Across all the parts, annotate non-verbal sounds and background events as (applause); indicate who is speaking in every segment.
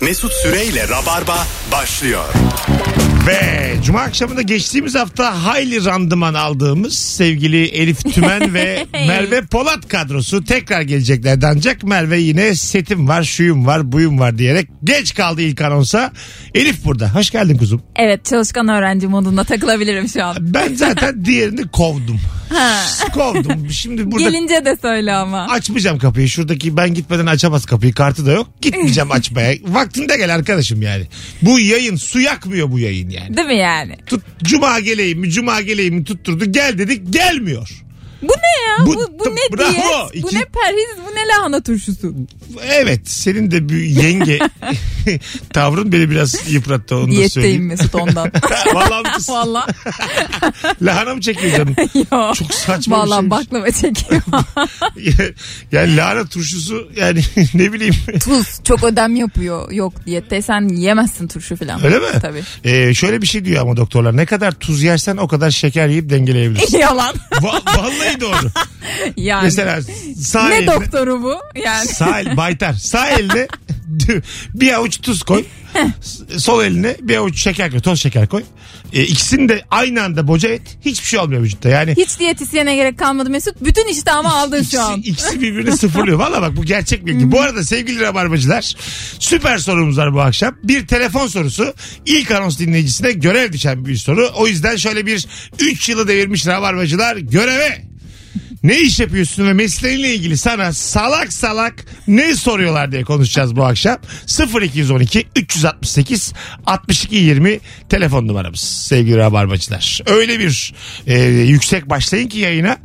Speaker 1: Mesut Süreyle Rabarba başlıyor.
Speaker 2: Ve cuma akşamında geçtiğimiz hafta hayli randıman aldığımız sevgili Elif Tümen ve Merve Polat kadrosu tekrar geleceklerdi ancak Merve yine setim var, şuyum var, buyum var diyerek geç kaldı ilk anonsa. Elif burada. Hoş geldin kuzum.
Speaker 3: Evet çalışkan öğrenci modunda takılabilirim şu an.
Speaker 2: Ben zaten diğerini kovdum. kovdum. Şimdi burada
Speaker 3: Gelince de söyle ama.
Speaker 2: açmayacağım kapıyı. Şuradaki ben gitmeden açamaz kapıyı. Kartı da yok. Gitmeyeceğim açmaya. Vaktinde gel arkadaşım yani. Bu yayın su yakmıyor bu yayın yani.
Speaker 3: Değil mi yani?
Speaker 2: tut cuma geleyim mi cuma geleyim mi tutturdu gel dedik gelmiyor.
Speaker 3: Bu ne ya?
Speaker 2: Bu-
Speaker 3: Bu, bu, ne
Speaker 2: bravo.
Speaker 3: diyet?
Speaker 2: İki-
Speaker 3: Bu ne perhiz? Bu ne lahana turşusu?
Speaker 2: Evet senin de bir yenge (laughs) tavrın beni biraz yıprattı onu da
Speaker 3: Diyetteyim
Speaker 2: söyleyeyim. (laughs)
Speaker 3: Mesut ondan.
Speaker 2: Vallahi
Speaker 3: (laughs)
Speaker 2: mısın?
Speaker 3: Valla.
Speaker 2: lahana mı çekiyor
Speaker 3: (laughs)
Speaker 2: canım?
Speaker 3: Yo.
Speaker 2: Çok saçma
Speaker 3: Valla
Speaker 2: bir şey şeymiş.
Speaker 3: baklava çekiyor.
Speaker 2: (laughs) yani lahana turşusu yani (laughs) ne bileyim.
Speaker 3: Tuz çok ödem yapıyor. Yok diyetteysen yiyemezsin turşu falan.
Speaker 2: Öyle mi?
Speaker 3: Tabii. (laughs)
Speaker 2: Ee, şöyle bir şey diyor ama doktorlar ne kadar tuz yersen o kadar şeker yiyip dengeleyebilirsin.
Speaker 3: (laughs) Yalan.
Speaker 2: Va- vallahi doğru.
Speaker 3: Yani.
Speaker 2: Mesela sağ
Speaker 3: ne
Speaker 2: eline-
Speaker 3: doktoru bu?
Speaker 2: (laughs)
Speaker 3: Yani.
Speaker 2: Sağ el baytar. Sağ eline (laughs) bir avuç tuz koy. S- Sol eline bir avuç şeker koy. Toz şeker koy. E, ikisini de aynı anda boca et. Hiçbir şey olmuyor vücutta. Yani
Speaker 3: Hiç diyetisyene gerek kalmadı Mesut. Bütün iştahımı aldın
Speaker 2: İkisi,
Speaker 3: şu an. Hmm.
Speaker 2: ikisi birbirini sıfırlıyor. Valla bak bu gerçek bilgi. bu arada sevgili rabarbacılar süper sorumuz var bu akşam. Bir telefon sorusu. İlk anons dinleyicisine görev düşen bir soru. O yüzden şöyle bir 3 yılı devirmiş rabarbacılar göreve. Ne iş yapıyorsun ve mesleğinle ilgili sana salak salak ne soruyorlar diye konuşacağız bu akşam. 0212 368 62 20 telefon numaramız sevgili rabarbacılar. Öyle bir e, yüksek başlayın ki yayına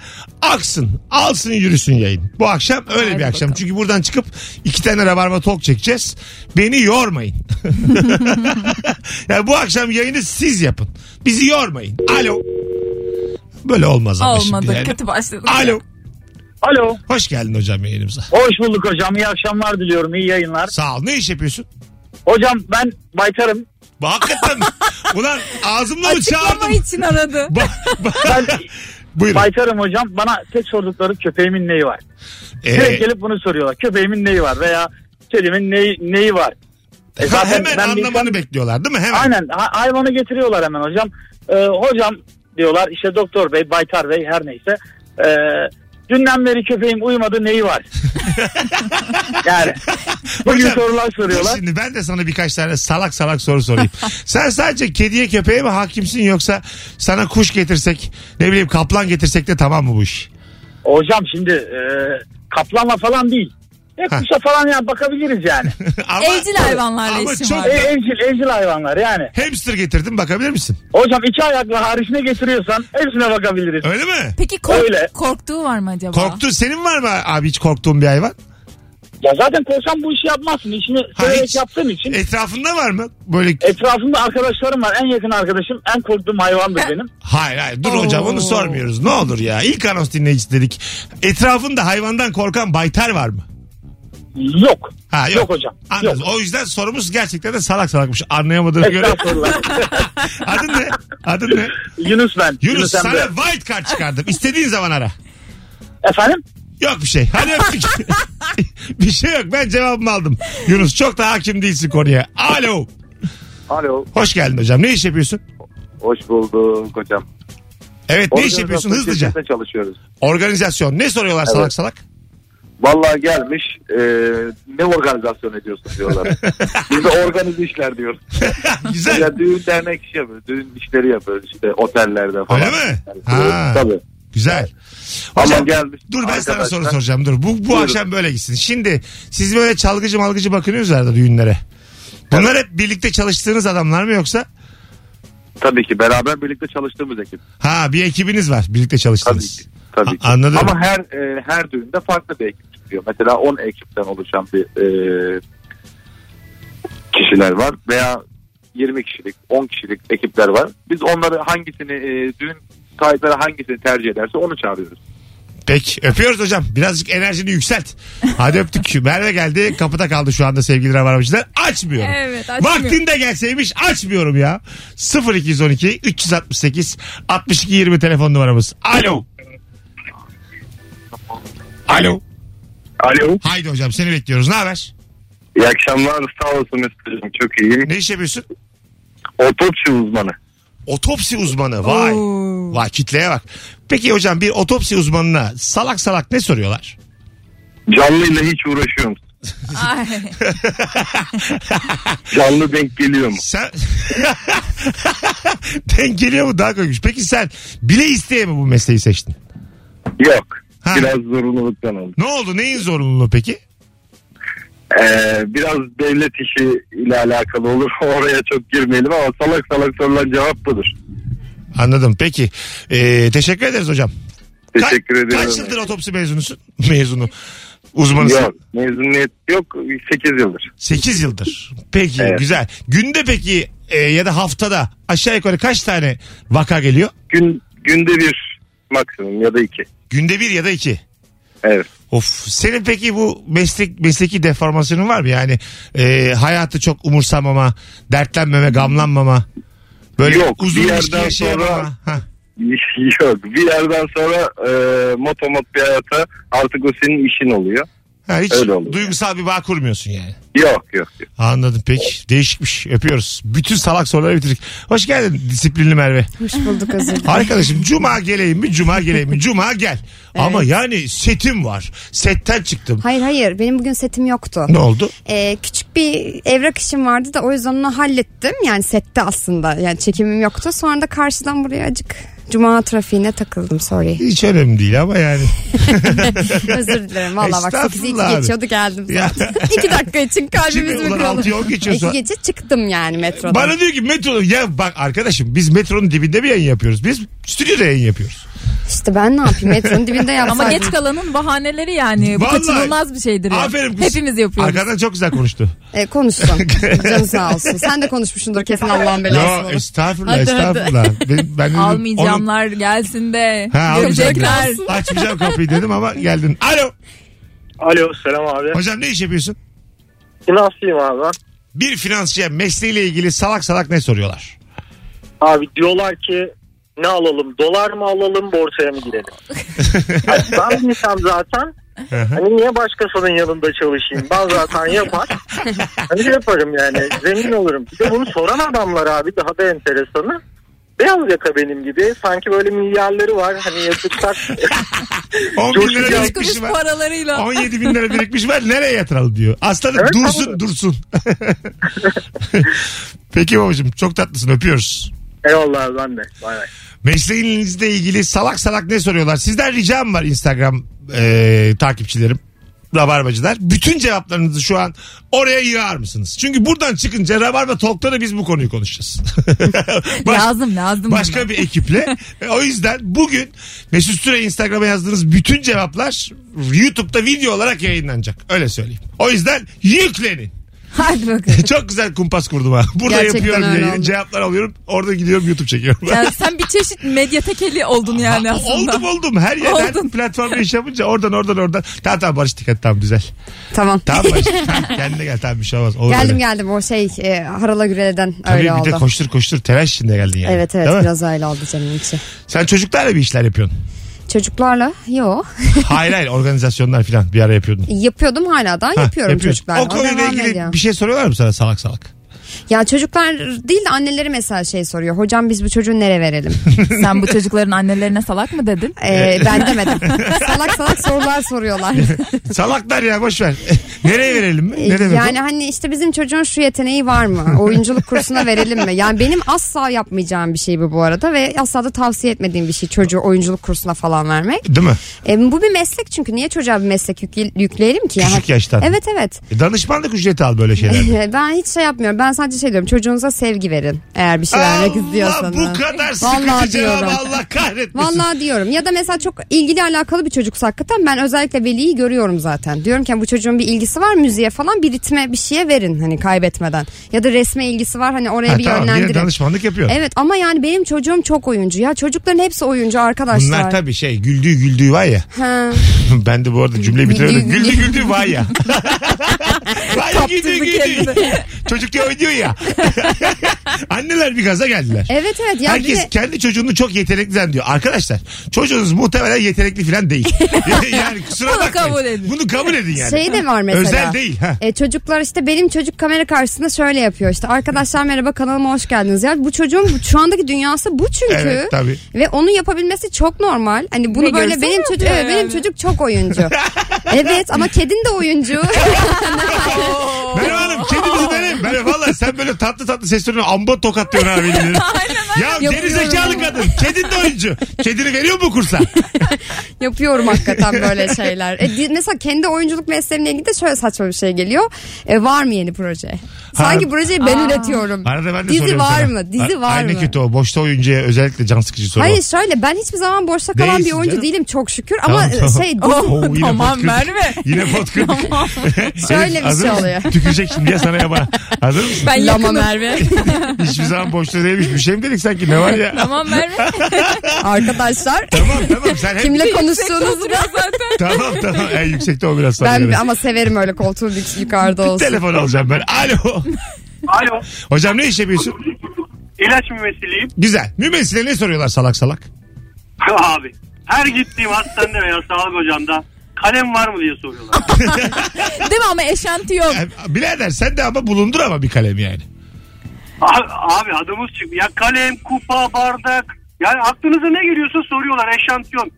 Speaker 2: aksın alsın yürüsün yayın. Bu akşam öyle
Speaker 3: Haydi
Speaker 2: bir akşam.
Speaker 3: bakalım.
Speaker 2: Çünkü buradan çıkıp iki tane rabarba talk çekeceğiz. Beni
Speaker 3: (laughs)
Speaker 2: yormayın. yani bu akşam yayını siz yapın. Bizi yormayın. Alo. Böyle olmaz ama şimdi
Speaker 3: Olmadı.
Speaker 2: yani.
Speaker 3: Kötü şey başladı.
Speaker 2: Alo.
Speaker 4: Alo.
Speaker 2: Hoş geldin hocam yayınımıza.
Speaker 4: Hoş bulduk hocam. İyi akşamlar diliyorum. İyi yayınlar.
Speaker 2: Sağ ol. Ne iş yapıyorsun?
Speaker 4: Hocam ben baytarım.
Speaker 2: Bak,
Speaker 4: (laughs)
Speaker 2: Hakikaten. Ulan ağzımla mı
Speaker 3: Açıklama
Speaker 2: çağırdım?
Speaker 3: için aradı.
Speaker 2: Ba-
Speaker 4: (laughs) Ben
Speaker 2: ba- Buyurun.
Speaker 4: baytarım hocam. Bana tek sordukları köpeğimin neyi var? Direkt
Speaker 2: Ee,
Speaker 4: gelip bunu soruyorlar. Köpeğimin neyi var veya Selim'in neyi, neyi var?
Speaker 2: ha,
Speaker 4: E zaten
Speaker 2: hemen
Speaker 4: ben bir
Speaker 2: anlamanı
Speaker 4: insan-
Speaker 2: bekliyorlar değil mi? Hemen.
Speaker 4: Aynen. Ha- hayvanı getiriyorlar hemen hocam. Ee, hocam diyorlar işte doktor bey, baytar bey her neyse. Ee, dünden beri köpeğim uyumadı neyi
Speaker 2: (laughs)
Speaker 4: var? yani bu gibi
Speaker 2: Hocam,
Speaker 4: sorular
Speaker 2: dur
Speaker 4: soruyorlar.
Speaker 2: Şimdi ben de sana birkaç tane salak salak soru
Speaker 4: (laughs)
Speaker 2: sorayım. Sen sadece kediye köpeğe mi hakimsin yoksa sana kuş getirsek ne bileyim kaplan getirsek de tamam mı bu iş? (laughs)
Speaker 4: Hocam şimdi e, kaplanla falan değil. Hep
Speaker 2: Ha.
Speaker 4: kuşa falan yani bakabiliriz yani.
Speaker 2: ama,
Speaker 3: Evcil hayvanlarla
Speaker 2: ama
Speaker 3: işim
Speaker 2: çok
Speaker 3: var.
Speaker 4: e, evcil, evcil hayvanlar yani.
Speaker 2: Hamster getirdim bakabilir misin?
Speaker 4: Hocam iki ayaklı hariçine getiriyorsan hepsine bakabiliriz.
Speaker 2: Öyle mi?
Speaker 3: Peki kork-
Speaker 4: Öyle.
Speaker 3: korktuğu var mı acaba?
Speaker 2: Korktu. Senin var mı abi hiç korktuğun bir hayvan?
Speaker 4: Ya zaten korsan bu işi yapmazsın. İşini
Speaker 2: Ha,
Speaker 4: severek
Speaker 2: hiç- E-
Speaker 4: yaptığım için.
Speaker 2: Etrafında var mı? Böyle
Speaker 4: Etrafımda arkadaşlarım var. En yakın arkadaşım en korktuğum hayvandır benim.
Speaker 2: Hayır hayır dur
Speaker 3: Oo.
Speaker 2: hocam onu sormuyoruz. Ne olur ya ilk anons dinleyicisi dedik. Etrafında hayvandan korkan baytar var mı?
Speaker 4: Yok.
Speaker 2: Ha,
Speaker 4: Yok hocam,
Speaker 2: Anladım.
Speaker 4: yok.
Speaker 2: O yüzden sorumuz gerçekten de salak salakmış. Anlayamadığına göre. (laughs)
Speaker 4: Estağfurullah.
Speaker 2: Adın ne? Adın ne?
Speaker 4: Yunus ben.
Speaker 2: Yunus,
Speaker 4: Emre.
Speaker 2: sana wild card çıkardım. İstediğin zaman ara.
Speaker 4: Efendim?
Speaker 2: Yok bir şey. Hadi öptük. (laughs) bir şey yok. Ben cevabımı aldım. Yunus çok da hakim değilsin konuya. Alo.
Speaker 5: Alo.
Speaker 2: Hoş geldin hocam. Ne iş yapıyorsun?
Speaker 5: Hoş bulduk hocam.
Speaker 2: Evet ne iş
Speaker 5: Organizasyon
Speaker 2: yapıyorsun hızlıca?
Speaker 5: şirketinde çalışıyoruz.
Speaker 2: Organizasyon. Ne soruyorlar salak salak?
Speaker 5: Vallahi gelmiş e, ne organizasyon ediyorsun
Speaker 2: (laughs)
Speaker 5: diyorlar. Biz de organize işler diyoruz.
Speaker 2: Güzel.
Speaker 5: Ya düğün dernek işi yapıyoruz. Düğün işleri yapıyoruz işte otellerde falan.
Speaker 2: Öyle mi?
Speaker 5: Yani,
Speaker 2: Ha.
Speaker 5: Tabii.
Speaker 2: Güzel.
Speaker 5: Ama
Speaker 2: Hocam,
Speaker 5: gelmiş.
Speaker 2: Dur ben sana
Speaker 5: arkadaşlar.
Speaker 2: soru soracağım. Dur. Bu bu
Speaker 5: Buyurun.
Speaker 2: akşam böyle gitsin. Şimdi siz böyle çalgıcı malgıcı bakıyorsunuz herhalde düğünlere. Bunlar hep birlikte çalıştığınız adamlar mı yoksa?
Speaker 5: Tabii ki beraber birlikte çalıştığımız ekip.
Speaker 2: Ha bir ekibiniz var birlikte
Speaker 5: Tabii
Speaker 2: çalıştığınız.
Speaker 5: ki. Tabii ki.
Speaker 2: A- anladım.
Speaker 5: Ama her e, her düğünde farklı bir ekip çıkıyor. Mesela 10 ekipten oluşan bir e, kişiler var veya 20 kişilik, 10 kişilik ekipler var. Biz onları hangisini e, düğün sahipleri hangisini tercih ederse onu çağırıyoruz.
Speaker 2: Peki öpüyoruz hocam. Birazcık enerjini yükselt. Hadi öptük. Merve geldi. Kapıda kaldı şu anda sevgili rabarbacılar. Açmıyorum.
Speaker 3: Evet, açmıyor.
Speaker 2: Vaktinde gelseymiş açmıyorum ya. 0212 368 62 20 telefon numaramız. Alo. Alo.
Speaker 4: Alo.
Speaker 2: Haydi hocam seni bekliyoruz. Ne haber?
Speaker 6: İyi akşamlar sağ olasın Mesut'cum çok iyiyim.
Speaker 2: Ne iş yapıyorsun?
Speaker 6: Otopsi uzmanı.
Speaker 2: Otopsi uzmanı. Vay.
Speaker 3: Oo.
Speaker 2: Vay kitleye bak. Peki hocam bir otopsi uzmanına salak salak ne soruyorlar?
Speaker 6: Canlıyla hiç uğraşıyor musun?
Speaker 2: (laughs)
Speaker 3: Ay.
Speaker 6: Canlı denk geliyor mu?
Speaker 2: Sen... (laughs) Denk geliyor mu daha koymuş. Peki sen bile isteye mi bu mesleği seçtin?
Speaker 6: Yok.
Speaker 2: Ha.
Speaker 6: Biraz zorunluluktan oldu.
Speaker 2: Ne oldu? Neyin zorunluluğu peki?
Speaker 6: Ee, biraz devlet işi ile alakalı olur. (laughs) Oraya çok girmeyelim ama salak salak sorulan cevap budur.
Speaker 2: Anladım. Peki. Ee, teşekkür ederiz hocam. Ka-
Speaker 6: Teşekkür ederim.
Speaker 2: Kaç yıldır otopsi mezunusun? (laughs) Mezunu. Uzmanısın.
Speaker 6: Yok mezuniyet yok 8 yıldır.
Speaker 2: 8 yıldır. Peki
Speaker 6: Evet.
Speaker 2: güzel. Günde peki e, ya da haftada aşağı yukarı kaç tane vaka geliyor?
Speaker 6: Gün, günde bir maksimum ya da iki.
Speaker 2: Günde bir ya da iki.
Speaker 6: Evet. (laughs)
Speaker 2: Of. Senin peki bu meslek mesleki deformasyonun var mı? Yani e, hayatı çok umursamama, dertlenmeme, gamlanmama. Böyle
Speaker 6: Yok,
Speaker 2: uzun
Speaker 6: bir
Speaker 2: ilişki
Speaker 6: yerden
Speaker 2: yaşayamama.
Speaker 6: sonra-
Speaker 2: Hah.
Speaker 6: Yok bir yerden sonra e, motomot bir hayata artık o senin işin oluyor.
Speaker 2: Ha, hiç
Speaker 6: Öyle oluyor.
Speaker 2: duygusal bir bağ kurmuyorsun yani.
Speaker 6: Yok yok. yok.
Speaker 2: Anladım peki. Değişikmiş. Öpüyoruz. Bütün salak soruları bitirdik. Hoş geldin disiplinli Merve.
Speaker 7: Hoş bulduk özür dilerim.
Speaker 2: Arkadaşım cuma geleyim mi cuma geleyim mi cuma gel. Ama yani setim var. Setten çıktım.
Speaker 7: Hayır hayır benim bugün setim yoktu.
Speaker 2: Ne oldu?
Speaker 7: Ee, küçük bir evrak işim vardı da o yüzden onu hallettim. Yani sette aslında yani çekimim yoktu. Sonra da karşıdan buraya acık cuma trafiğine
Speaker 2: (laughs)
Speaker 7: takıldım sorry.
Speaker 2: Hiç önemli değil ama yani.
Speaker 7: Özür dilerim valla bak 8'i
Speaker 2: Estağfurullah
Speaker 7: 2
Speaker 2: abi.
Speaker 7: geçiyordu geldim.
Speaker 2: Ya.
Speaker 7: 2 dakika için
Speaker 2: Şimdi
Speaker 7: kalbimiz mi
Speaker 2: ulan
Speaker 7: kırıldı?
Speaker 2: 6 yol geçiyorsun.
Speaker 7: 2 gece çıktım yani metrodan.
Speaker 2: Bana diyor ki metro ya bak arkadaşım biz metronun dibinde bir yayın yapıyoruz. Biz stüdyoda yayın yapıyoruz.
Speaker 7: İşte ben ne yapayım metronun dibinde yapsaydım.
Speaker 3: Ama geç kalanın bahaneleri yani. Bu
Speaker 2: Vallahi.
Speaker 3: kaçınılmaz bir şeydir. ya.
Speaker 2: Aferin kız.
Speaker 3: Hepimiz yapıyoruz.
Speaker 2: Arkadan çok güzel
Speaker 3: (laughs)
Speaker 2: konuştu.
Speaker 7: Ee, konuşsun.
Speaker 2: (laughs)
Speaker 7: Canı sağ olsun. Sen de konuşmuşsundur kesin Allah'ın belası
Speaker 2: ya
Speaker 7: olur.
Speaker 2: estağfurullah
Speaker 3: Hadi, hadi. (laughs)
Speaker 2: estağfurullah. Ben, ben dedim, onun-
Speaker 3: Almayacağımlar gelsin de. (laughs)
Speaker 2: Ha, almayacağım
Speaker 3: Görecekler.
Speaker 2: dedim. Açmayacağım kapıyı dedim ama geldin. Alo.
Speaker 4: Alo selam abi.
Speaker 2: Hocam ne iş yapıyorsun?
Speaker 4: Finansıyım abi ben.
Speaker 2: Bir finansçıya mesleğiyle ilgili salak salak ne soruyorlar?
Speaker 4: Abi diyorlar ki ne alalım dolar mı alalım borsaya mı
Speaker 2: (laughs)
Speaker 4: girelim? Hani ben bilsem zaten
Speaker 2: Hı hı.
Speaker 4: hani niye başkasının yanında çalışayım? Ben zaten yapar. Hani yaparım yani zengin olurum. Bir de bunu soran adamlar abi daha da enteresanı. Beyaz yaka benim gibi sanki böyle milyarları var hani yatırsak
Speaker 2: 10 bin lira
Speaker 4: Coşacağım.
Speaker 3: Üç kuruş
Speaker 2: birikmişim var.
Speaker 3: paralarıyla.
Speaker 2: 17 bin lira birikmiş var. Nereye yatıralım diyor. Aslanım
Speaker 4: Evet,
Speaker 2: dursun
Speaker 4: tamam.
Speaker 2: dursun. (laughs) Peki babacığım çok tatlısın öpüyoruz.
Speaker 4: eyvallah abi, ben de bay bay.
Speaker 2: Mesleğinizle ilgili salak salak ne soruyorlar? Sizden ricam var Instagram e, takipçilerim. Rabarbacılar. Bütün cevaplarınızı şu an oraya yığar mısınız? Çünkü buradan çıkınca Rabarba Talk'ta biz bu konuyu konuşacağız. (laughs) Baş-
Speaker 3: lazım lazım.
Speaker 2: başka bir ekiple. E, o yüzden bugün Mesut Süre Instagram'a yazdığınız bütün cevaplar YouTube'da video olarak yayınlanacak. Öyle söyleyeyim. O yüzden yüklenin. (laughs) E,
Speaker 3: Hadi bakalım.
Speaker 2: Çok güzel kumpas kurdum ha. (laughs) Burada
Speaker 7: Gerçekten
Speaker 2: yapıyorum
Speaker 7: öyle
Speaker 2: yayını.
Speaker 7: oldu.
Speaker 2: Cevaplar alıyorum. Orada gidiyorum YouTube çekiyorum. (laughs)
Speaker 3: Yani sen bir çeşit medya tekeli oldun yani
Speaker 2: Ha,
Speaker 3: aslında.
Speaker 2: Oldum oldum. Her yer her
Speaker 3: Oldun.
Speaker 2: platformda iş yapınca oradan oradan oradan. Tamam tamam Barış dikkat tamam güzel.
Speaker 7: Tamam.
Speaker 2: Tamam Barış.
Speaker 7: (laughs)
Speaker 2: tamam, kendine gel tamam bir şey olmaz. Olur
Speaker 7: Geldim
Speaker 2: öyle.
Speaker 7: geldim o şey e, Harala Gürel'den
Speaker 2: Tabii
Speaker 7: öyle
Speaker 2: bir de
Speaker 7: oldu.
Speaker 2: koştur koştur telaş içinde geldin yani.
Speaker 7: Evet evet
Speaker 2: Değil mi?
Speaker 7: biraz öyle oldu canım içi.
Speaker 2: Sen çocuklarla bir işler yapıyorsun.
Speaker 7: Çocuklarla yo (laughs)
Speaker 2: hayır hayır organizasyonlar falan bir ara yapıyordun.
Speaker 7: yapıyordum hala daha
Speaker 2: Ha,
Speaker 7: yapıyorum
Speaker 2: yapıyorsun.
Speaker 7: çocuklarla.
Speaker 2: O konuyla
Speaker 7: devam
Speaker 2: ilgili
Speaker 7: ediyor.
Speaker 2: bir şey soruyorlar mı sana salak
Speaker 7: (laughs)
Speaker 2: salak?
Speaker 7: Ya çocuklar değil de anneleri mesela şey soruyor. Hocam biz bu çocuğu
Speaker 2: (laughs)
Speaker 7: nereye verelim?
Speaker 3: (laughs) Sen bu çocukların annelerine salak mı dedin?
Speaker 7: Ee, ben demedim. (laughs) salak salak sorular soruyorlar.
Speaker 2: Salaklar ya boş ver. (laughs) Nereye verelim mi? (laughs) Ne demek
Speaker 7: yani
Speaker 2: o?
Speaker 7: hani işte bizim çocuğun şu yeteneği var mı? Oyunculuk kursuna verelim mi? Yani benim asla yapmayacağım bir şey bu bu arada ve asla da tavsiye etmediğim bir şey çocuğu oyunculuk kursuna falan vermek.
Speaker 2: Değil mi?
Speaker 7: E, bu bir meslek çünkü niye çocuğa bir meslek yükle- yükleyelim ki?
Speaker 2: Küçük yaştan.
Speaker 7: Evet evet.
Speaker 2: E, Danışmanlık ücreti al böyle
Speaker 7: (laughs)
Speaker 2: şeyler.
Speaker 7: ben hiç şey yapmıyorum. Ben sadece şey diyorum. Çocuğunuza sevgi verin. Eğer bir şey vermek
Speaker 2: Allah
Speaker 7: istiyorsanız.
Speaker 2: bu kadar
Speaker 7: Vallahi
Speaker 2: sıkıcı cevabı
Speaker 7: diyorum.
Speaker 2: Allah kahretmesin.
Speaker 7: Vallahi diyorum ya da mesela çok ilgili alakalı bir çocuksa hakikaten ben özellikle veliyi görüyorum zaten. Diyorum ki bu çocuğun bir ilgisi var müziğe falan bir ritme bir şeye verin hani kaybetmeden. Ya da resme ilgisi var hani oraya
Speaker 2: Ha,
Speaker 7: bir
Speaker 2: tamam, yine
Speaker 7: yönlendirin.
Speaker 2: danışmanlık yapıyor.
Speaker 7: Evet ama yani benim çocuğum çok oyuncu ya çocukların hepsi oyuncu arkadaşlar.
Speaker 2: Bunlar tabii şey güldüğü güldüğü var ya. (laughs)
Speaker 7: Ha.
Speaker 2: ben de bu arada cümleyi bitiremedim.
Speaker 7: Güldüğü-
Speaker 2: güldü güldü var ya. (laughs) Vay güldü
Speaker 3: Kaptırdı
Speaker 2: güldü.
Speaker 3: kendini.
Speaker 2: (laughs) Çocuk ya oynuyor diyor ya. (laughs) Anneler bir gaza geldiler.
Speaker 7: Evet evet ya bir
Speaker 2: Herkes
Speaker 7: de
Speaker 2: kendi çocuğunu çok yetenekli zannediyor. Arkadaşlar çocuğunuz muhtemelen yetenekli falan
Speaker 7: (laughs)
Speaker 2: değil. yani kusura
Speaker 3: Bunu
Speaker 2: bakmayın.
Speaker 3: kabul edin.
Speaker 2: Bunu kabul edin yani.
Speaker 7: şey de var mesela.
Speaker 2: Özel değil. Ha.
Speaker 7: E, çocuklar işte benim çocuk kamera karşısında şöyle yapıyor işte arkadaşlar merhaba kanalıma hoş geldiniz. Ya bu çocuğun bu- şu andaki dünyası bu çünkü.
Speaker 2: Evet, tabii.
Speaker 7: Ve onu yapabilmesi çok normal. Hani bunu
Speaker 3: Ve
Speaker 7: böyle
Speaker 3: görsel
Speaker 7: benim
Speaker 3: yapıyor
Speaker 7: çocuk evet, benim
Speaker 3: herhalde.
Speaker 7: çocuk çok
Speaker 2: (laughs)
Speaker 7: oyuncu. evet ama kedin de oyuncu.
Speaker 2: Merhaba Hanım kedimiz benim. Merhaba valla sen böyle tatlı tatlı ses tonunu amba tokatlıyorsun abi. elini.
Speaker 7: (laughs)
Speaker 2: ya
Speaker 7: Yapıyorum.
Speaker 2: gerizekalı kadın. Kedin de oyuncu. Kedini veriyor mu kursa?
Speaker 7: Yapıyorum hakikaten böyle şeyler. E, di- mesela kendi oyunculuk mesleğimle ilgili de şöyle saçma bir şey geliyor. E, var mı yeni proje? Sanki
Speaker 2: Har-
Speaker 7: projeyi ben üretiyorum.
Speaker 2: Arada ben de
Speaker 7: Dizi
Speaker 2: soruyorum
Speaker 7: var
Speaker 2: sana.
Speaker 7: mı? Dizi
Speaker 2: A-
Speaker 7: var
Speaker 2: Aynı
Speaker 7: mı?
Speaker 2: kötü o. Boşta oyuncuya özellikle can sıkıcı soru.
Speaker 7: Hayır şöyle ben hiçbir zaman boşta kalan bir
Speaker 2: Değilsin
Speaker 7: oyuncu
Speaker 2: canım.
Speaker 7: değilim çok şükür
Speaker 2: Tamam,
Speaker 7: ama e,
Speaker 2: tamam.
Speaker 7: şey
Speaker 3: Oh.
Speaker 2: Oo,
Speaker 7: dizi-
Speaker 2: yine
Speaker 3: Tamam
Speaker 2: pot kırdık.
Speaker 3: Merve.
Speaker 2: Yine pot
Speaker 7: (laughs)
Speaker 2: kırdık. (laughs)
Speaker 7: Şöyle bir
Speaker 2: hazır
Speaker 7: şey
Speaker 2: mısın?
Speaker 7: oluyor.
Speaker 2: Tükürecek şimdi ya sana ya bana. Hazır mısın?
Speaker 3: Ben
Speaker 7: Lama
Speaker 3: yakınım. Merve.
Speaker 2: Hiçbir zaman boşta değilmiş. Bir şey mi dedik sanki? Ne var
Speaker 7: (laughs)
Speaker 2: ya?
Speaker 3: tamam Merve.
Speaker 7: arkadaşlar
Speaker 2: tamam tamam. Sen hep...
Speaker 7: kimle
Speaker 3: Konuştuğunuz
Speaker 7: konuştuğunuzu
Speaker 3: zaten.
Speaker 2: Tamam tamam. En yüksekte o biraz sonra.
Speaker 7: ben
Speaker 2: biraz.
Speaker 7: ama severim öyle koltuğun yük- yukarıda
Speaker 2: Bir
Speaker 7: olsun.
Speaker 2: Telefon alacağım ben. Alo.
Speaker 8: Alo.
Speaker 2: Hocam ne iş yapıyorsun?
Speaker 8: İlaç mümessiliyim.
Speaker 2: Güzel. Mümessile ne soruyorlar salak salak?
Speaker 8: (laughs) Abi. Her gittiğim hastanede veya sağlık hocamda kalem var mı diye soruyorlar.
Speaker 3: Değil mi ama eşanti yok.
Speaker 2: Yani, E, birader sen de ama bulundur ama bir kalem yani.
Speaker 8: abi, abi adımız çıktı. Ya kalem, kupa, bardak. Yani aklınıza ne geliyorsa soruyorlar eşantiyon.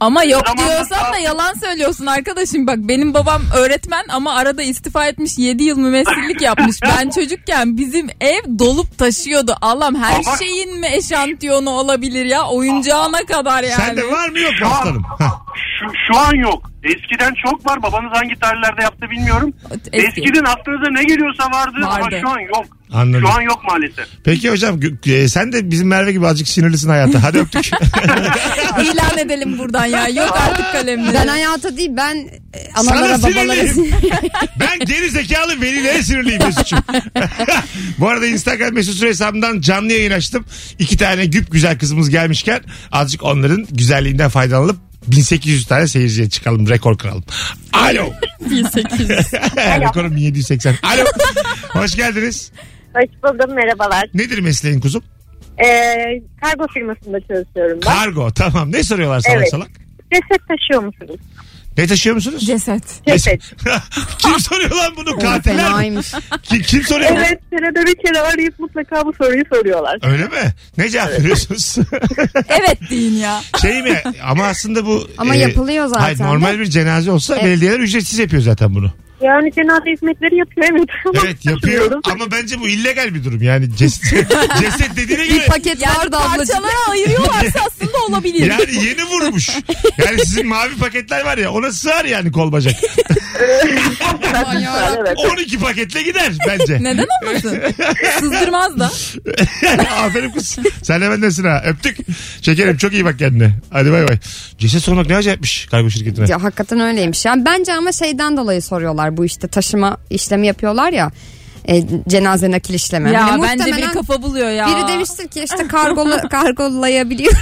Speaker 3: Ama yok
Speaker 8: Zamanla
Speaker 3: diyorsan da
Speaker 8: sağ-
Speaker 3: yalan söylüyorsun arkadaşım. Bak benim babam öğretmen ama arada istifa etmiş 7 yıl mümessillik yapmış.
Speaker 2: (laughs)
Speaker 3: Ben çocukken bizim ev dolup taşıyordu. Allah'ım her
Speaker 8: Ama-
Speaker 3: şeyin mi eşantiyonu olabilir ya? Oyuncağına kadar yani.
Speaker 2: Sen de var mı yok mu
Speaker 8: Şu an-
Speaker 2: aslanım? Hah.
Speaker 8: Şu, şu an yok. Eskiden çok var. Babanız hangi tarihlerde yaptı bilmiyorum.
Speaker 3: Eski.
Speaker 8: Eskiden aklınıza ne geliyorsa vardı,
Speaker 3: Vardı.
Speaker 8: ama şu an yok.
Speaker 2: Anladım.
Speaker 8: Şu an yok maalesef.
Speaker 2: Peki hocam gü- e, sen de bizim Merve gibi azıcık sinirlisin hayata. Hadi öptük.
Speaker 7: (laughs)
Speaker 3: (laughs) İlan edelim buradan ya. Yok artık kalemleri.
Speaker 7: Ben hayata değil ben e,
Speaker 2: Sana
Speaker 7: analara babalara
Speaker 2: sinirliyim. (laughs) ben geri zekalı velilere sinirliyim Mesut'cum. (laughs) Bu arada Instagram mesut süre hesabımdan canlı yayın açtım. İki tane güp güzel kızımız gelmişken azıcık onların güzelliğinden faydalanıp 1800 tane seyirciye çıkalım. Rekor kıralım.
Speaker 9: (laughs)
Speaker 2: Alo. (laughs)
Speaker 3: 1800.
Speaker 2: Rekorum 1780. Alo. Hoş geldiniz.
Speaker 9: Hoş buldum merhabalar.
Speaker 2: Nedir mesleğin kuzum?
Speaker 9: Ee, kargo firmasında çalışıyorum ben.
Speaker 2: Kargo. Tamam. Ne soruyorlar salak
Speaker 9: Evet.
Speaker 2: salak?
Speaker 9: Ceset taşıyor
Speaker 5: (laughs)
Speaker 9: musunuz?
Speaker 2: Ne taşıyor musunuz?
Speaker 3: Ceset.
Speaker 9: Ceset.
Speaker 2: (laughs) kim soruyor lan bunu? Katiller mi?
Speaker 7: Fenaymış.
Speaker 2: Kim, kim soruyor?
Speaker 9: evet senede bir kere arayıp mutlaka bu soruyu soruyorlar.
Speaker 2: Öyle mi? Ne cevap veriyorsunuz? (laughs)
Speaker 3: Evet deyin ya.
Speaker 2: şey mi? Ama aslında bu... e,
Speaker 7: Ama yapılıyor zaten,
Speaker 2: Hayır, normal bir cenaze olsa belediyeler ücretsiz yapıyor zaten bunu.
Speaker 9: Yani cenaze hizmetleri yapıyor evet. Ama
Speaker 2: Evet yapıyor
Speaker 9: bilmiyorum.
Speaker 2: ama bence bu illegal bir durum. Yani ceset, (laughs) ceset dediğine
Speaker 7: Bir
Speaker 2: göre...
Speaker 7: paket
Speaker 3: Yani
Speaker 7: vardı ablacığım.
Speaker 3: parçalara ayırıyorlarsa aslında olabilir.
Speaker 2: Yani yeni vurmuş. Yani sizin mavi paketler var ya ona sığar yani kol bacak.
Speaker 7: Aman yarabbim.
Speaker 9: Evet.
Speaker 2: 12 paketle gider bence. (laughs)
Speaker 3: Neden olmasın? Sızdırmaz da.
Speaker 2: Aferin kız. Sen de bendesin ha. Öptük. Şekerim çok iyi bak kendine. Hadi bay bay. Ceset sormak ne acayipmiş kargo şirketine.
Speaker 7: Ya hakikaten öyleymiş. Yani bence ama şeyden dolayı soruyorlar bu işte taşıma işlemi yapıyorlar ya. E, cenaze nakil işlemi.
Speaker 3: Ya
Speaker 7: Hani
Speaker 3: bence biri
Speaker 7: muhtemelen
Speaker 3: kafa buluyor ya.
Speaker 7: Biri demiştir ki
Speaker 3: (laughs)
Speaker 7: işte kargola, kargolayabiliyoruz.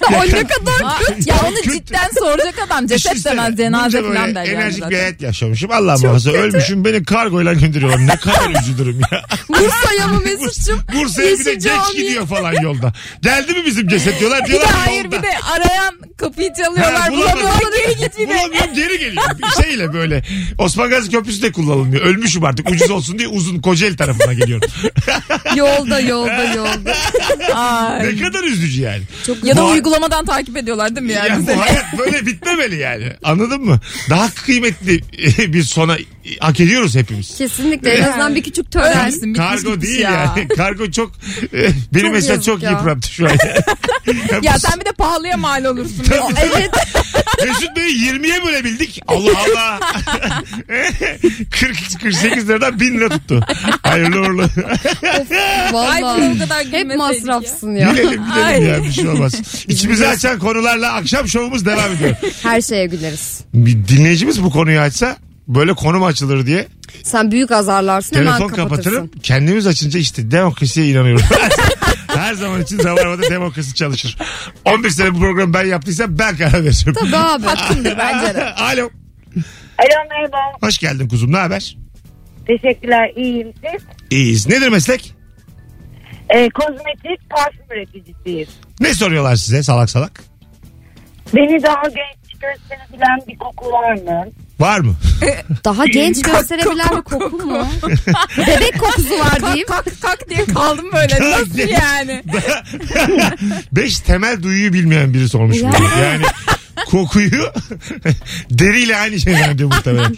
Speaker 7: da o ne kadar
Speaker 3: Aa, ya onu cidden soracak adam. Ceset
Speaker 2: Düşünsene,
Speaker 3: demez
Speaker 2: bunca
Speaker 3: cenaze
Speaker 2: böyle
Speaker 3: falan der yani
Speaker 2: Enerjik bir
Speaker 3: zaten.
Speaker 2: hayat yaşamışım. Allah muhafaza ölmüşüm. Beni kargoyla gönderiyorlar. Ne kadar üzülürüm
Speaker 3: (laughs)
Speaker 2: ya. (laughs)
Speaker 3: Bursa'ya mı Mesut'cum?
Speaker 2: Bursa'ya bir de
Speaker 3: Yeşil
Speaker 2: geç
Speaker 3: cami.
Speaker 2: gidiyor falan yolda. Geldi mi bizim ceset diyorlar.
Speaker 3: Bir de
Speaker 2: diyorlar ki
Speaker 3: hayır
Speaker 2: yolda.
Speaker 3: bir de arayan kapıyı çalıyorlar.
Speaker 2: Ha, bulamadım.
Speaker 3: bulamıyorlar geri git bir de.
Speaker 2: Bulamıyorum geri geliyor. Bir şeyle böyle. Osman Gazi Köprüsü de kullanılmıyor. Ölmüşüm artık. Ucuz olsun diye uzun Kocaeli tarafına
Speaker 3: (laughs)
Speaker 2: geliyorum.
Speaker 7: yolda yolda yolda.
Speaker 2: ne
Speaker 3: Ay.
Speaker 2: kadar üzücü yani.
Speaker 3: Ya da
Speaker 2: Bu-
Speaker 3: uygulamadan takip ediyorlar değil mi yani?
Speaker 2: ya
Speaker 3: seni?
Speaker 2: bu hayat böyle bitmemeli yani. Anladın mı? Daha kıymetli bir sona hak ediyoruz hepimiz.
Speaker 7: Kesinlikle en azından bir küçük tören.
Speaker 3: Ölmüşsün, bitmiş
Speaker 2: Kargo
Speaker 3: gitmiş
Speaker 2: değil
Speaker 3: ya.
Speaker 2: yani. (laughs) Kargo çok e, benim
Speaker 7: Çok
Speaker 2: mesela
Speaker 7: yazık
Speaker 2: çok
Speaker 7: ya.
Speaker 2: yıprattı şu an. (laughs)
Speaker 3: Ya sen bir de pahalıya mal olursun.
Speaker 7: Evet.
Speaker 2: Mesut Bey'i 20'ye bölebildik. Allah Allah. (laughs) 40 48 liradan 1000 lira tuttu. Hayırlı uğurlu.
Speaker 3: Ay
Speaker 7: Vallahi.
Speaker 3: bu kadar
Speaker 7: Hep
Speaker 3: gülmeseydik
Speaker 2: (laughs)
Speaker 7: masrafsın ya.
Speaker 2: Gülelim
Speaker 3: Ay.
Speaker 2: gülelim ya bir şey olmaz. İçimizi açan konularla akşam şovumuz devam ediyor.
Speaker 7: Her şeye güleriz.
Speaker 2: Bir dinleyicimiz bu konuyu açsa böyle konu mu açılır diye
Speaker 7: Sen büyük azarlarsın
Speaker 2: telefon
Speaker 7: hemen kapatırsın.
Speaker 2: kapatırım. Kendimiz açınca işte demokrasiye inanıyorum. Her zaman için zamanında demokrasi çalışır. 11 sene bu programı ben yaptıysam ben karar veririm.
Speaker 7: Tabii abi.
Speaker 3: ya. Bence de.
Speaker 2: (laughs) Alo.
Speaker 9: Alo merhaba.
Speaker 2: Hoş geldin kuzum ne haber?
Speaker 9: Teşekkürler iyiyim siz.
Speaker 2: İyiyiz. Nedir meslek?
Speaker 9: Ee, kozmetik parfüm üreticisiyiz.
Speaker 2: Ne soruyorlar size salak salak?
Speaker 9: Beni daha genç gösterebilen bir koku var mı?
Speaker 2: Var mı?
Speaker 7: (laughs) Daha genç
Speaker 3: Kok,
Speaker 7: gösterebilen
Speaker 3: kok,
Speaker 7: bir koku
Speaker 3: (laughs)
Speaker 7: mu? Bebek kokusu var diyeyim.
Speaker 3: Kalk kalk kalk diye kaldım böyle. Nasıl yani?
Speaker 2: Beş temel duyuyu bilmeyen biri sormuş bunu.
Speaker 7: Ya.
Speaker 2: Yani kokuyu (laughs) deriyle aynı şey zannediyor muhtemelen.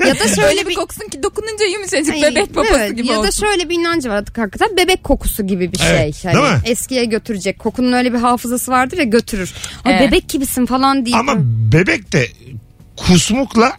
Speaker 7: Ya da şöyle
Speaker 3: Şöyle bir
Speaker 7: bir
Speaker 3: koksun ki dokununca yumuşacık
Speaker 7: Ay,
Speaker 3: bebek papası
Speaker 7: evet.
Speaker 3: gibi
Speaker 7: Ya da
Speaker 3: olsun.
Speaker 7: şöyle bir inancı var hakikaten bebek kokusu gibi bir şey.
Speaker 2: Evet,
Speaker 7: Hani
Speaker 2: değil mi?
Speaker 7: Eskiye götürecek. Kokunun öyle bir hafızası vardır ya götürür. Ay,
Speaker 3: Evet.
Speaker 7: Bebek gibisin falan diye.
Speaker 2: Ama bebek de kusmukla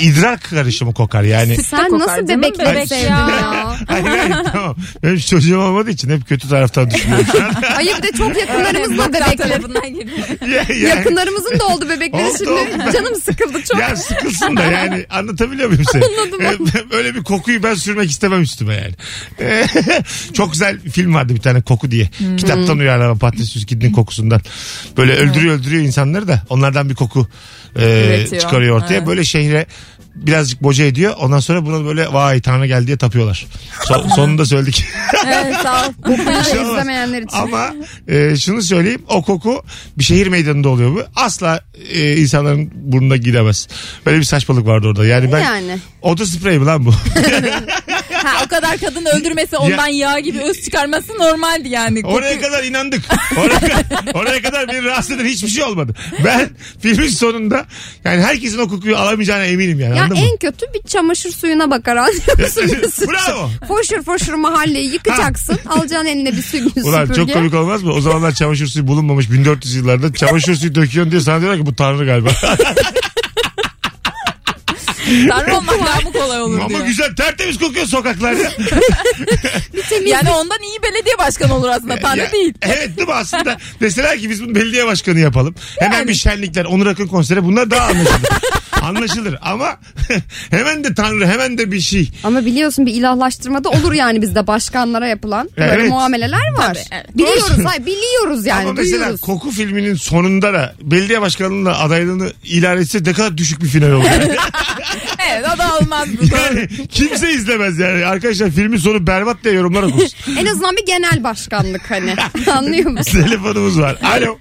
Speaker 2: idrar karışımı kokar yani.
Speaker 3: Süt de
Speaker 7: Sen
Speaker 3: kokar
Speaker 7: nasıl
Speaker 3: canım,
Speaker 7: bebek
Speaker 3: bebek
Speaker 7: sevdin
Speaker 3: ya. (laughs)
Speaker 7: ya?
Speaker 2: hayır hayır tamam. Benim çocuğum olmadığı için hep kötü taraftan
Speaker 3: (laughs)
Speaker 2: düşünüyorum. şu an.
Speaker 7: Hayır bir de çok yakınlarımızla
Speaker 3: Bebek (laughs)
Speaker 7: bebekler.
Speaker 3: tarafından girdi.
Speaker 2: Ya- ya-
Speaker 7: Yakınlarımızın da oldu bebekleri
Speaker 2: Oldu, oldu.
Speaker 7: şimdi. Canım sıkıldı çok.
Speaker 2: Ya sıkılsın da yani anlatabiliyor muyum seni? Anladım. (laughs) Öyle bir kokuyu ben sürmek istemem üstüme yani. Ee, (laughs) Çok güzel film vardı bir tane koku diye.
Speaker 3: Hmm.
Speaker 2: Kitaptan uyarlama Patrice Süskind'in kokusundan. Böyle öldürüyor öldürüyor insanları da onlardan bir koku e,
Speaker 3: Üretiyor.
Speaker 2: çıkarıyor ortaya.
Speaker 3: Evet.
Speaker 2: Böyle şehre birazcık boca ediyor. Ondan sonra buna böyle vay tanrı geldi diye tapıyorlar. Son- sonunda söyledik. (laughs)
Speaker 3: Evet sağ ol.
Speaker 7: Bunları
Speaker 2: şey olmaz.
Speaker 7: izlemeyenler için.
Speaker 2: Ama e, şunu söyleyeyim o koku bir şehir meydanında oluyor bu. Asla e, insanların burnuna gidemez. Böyle bir saçmalık vardı orada. Yani ben
Speaker 7: Yani.
Speaker 2: Oto sprey mi lan
Speaker 7: (laughs)
Speaker 2: bu?
Speaker 3: Ha, o kadar kadın öldürmesi ondan yağ gibi öz çıkarması normaldi yani.
Speaker 2: oraya kadar inandık. Oraya, kadar- oraya kadar beni rahatsız eden hiçbir şey olmadı. Ben filmin sonunda yani herkesin o kokuyu alamayacağına eminim yani.
Speaker 7: Ya
Speaker 2: anladın mı?
Speaker 7: en kötü bir çamaşır suyuna
Speaker 2: (laughs)
Speaker 7: bakar anlıyor musun? Mesut'cum?
Speaker 2: Bravo.
Speaker 7: Foşur foşur mahalleyi yıkacaksın. alacaksın eline bir sü- süpürge.
Speaker 2: Ulan çok komik olmaz mı? O zamanlar çamaşır suyu bulunmamış 1400 yıllarda. Çamaşır suyu döküyorsun diye sana diyorlar ki bu tanrı galiba.
Speaker 3: Tanrı olmak daha mı kolay olur
Speaker 2: Ama
Speaker 3: diyor.
Speaker 2: güzel tertemiz kokuyor sokaklar ya.
Speaker 3: Yani ondan iyi belediye başkanı olur aslında. Tanrı
Speaker 2: Ya,
Speaker 3: değil.
Speaker 2: (laughs) Evet değil mi aslında? Deseler ki biz bunu belediye başkanı yapalım. Hemen bir şenlikler, Onur Akın konseri bunlar daha anlaşılır. (laughs) anlaşılır ama (laughs) hemen de tanrı hemen de bir şey.
Speaker 7: Ama biliyorsun bir ilahlaştırmada olur yani bizde başkanlara yapılan böyle
Speaker 2: Evet.
Speaker 7: muameleler var.
Speaker 3: evet.
Speaker 7: Biliyoruz hayır biliyoruz yani
Speaker 2: ama mesela
Speaker 7: duyuyoruz.
Speaker 2: koku filminin sonunda da belediye başkanlığına adaylığını ilan etse ne kadar düşük bir final olur. (laughs) Yani,
Speaker 3: Evet o da olmaz bu.
Speaker 2: yani kimse izlemez yani. Arkadaşlar filmin sonu berbat diye yorumlar okursun.
Speaker 7: En azından bir genel başkanlık hani (laughs)
Speaker 2: (laughs)
Speaker 7: anlıyor musun?
Speaker 2: Telefonumuz var. Alo.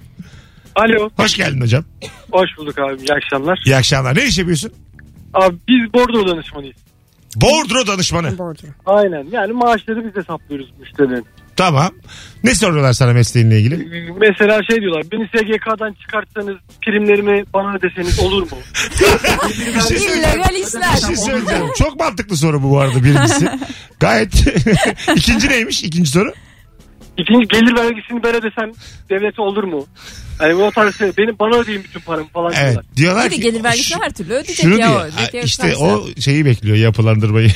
Speaker 5: Alo.
Speaker 2: Hoş geldin hocam.
Speaker 5: Hoş bulduk abi. İyi akşamlar.
Speaker 2: İyi akşamlar. Ne iş yapıyorsun?
Speaker 5: Abi biz bordro danışmanıyız.
Speaker 2: Bordro danışmanı.
Speaker 7: Bordro.
Speaker 5: Aynen. Yani maaşları biz hesaplıyoruz müşterinin.
Speaker 2: Tamam. Ne soruyorlar sana mesleğinle ilgili?
Speaker 7: (laughs)
Speaker 5: Mesela şey diyorlar. Beni SGK'dan çıkartsanız primlerimi bana ödeseniz olur mu?
Speaker 2: Bir şey söyleyeceğim.
Speaker 3: İllegal işler.
Speaker 2: Bir şey söyleyeceğim. Çok mantıklı soru bu bu arada birincisi.
Speaker 3: (laughs)
Speaker 2: Gayet. (laughs) İkinci neymiş? İkinci soru.
Speaker 5: İkinci gelir vergisini ben ödesem devlete olur mu? Hani o tarz şey. Benim bana ödeyin bütün paramı falan
Speaker 2: Evet.
Speaker 5: diyorlar.
Speaker 2: Diyorlar
Speaker 3: Bir de
Speaker 2: ki.
Speaker 3: gelir vergisini
Speaker 2: şu-
Speaker 3: her türlü ödeyecek
Speaker 2: şunu
Speaker 3: ya.
Speaker 2: diyor.
Speaker 3: ödeyecek
Speaker 2: Ha,
Speaker 3: ya,
Speaker 2: İşte
Speaker 3: ödersen.
Speaker 2: o şeyi bekliyor
Speaker 3: (laughs)
Speaker 2: yapılandırmayı.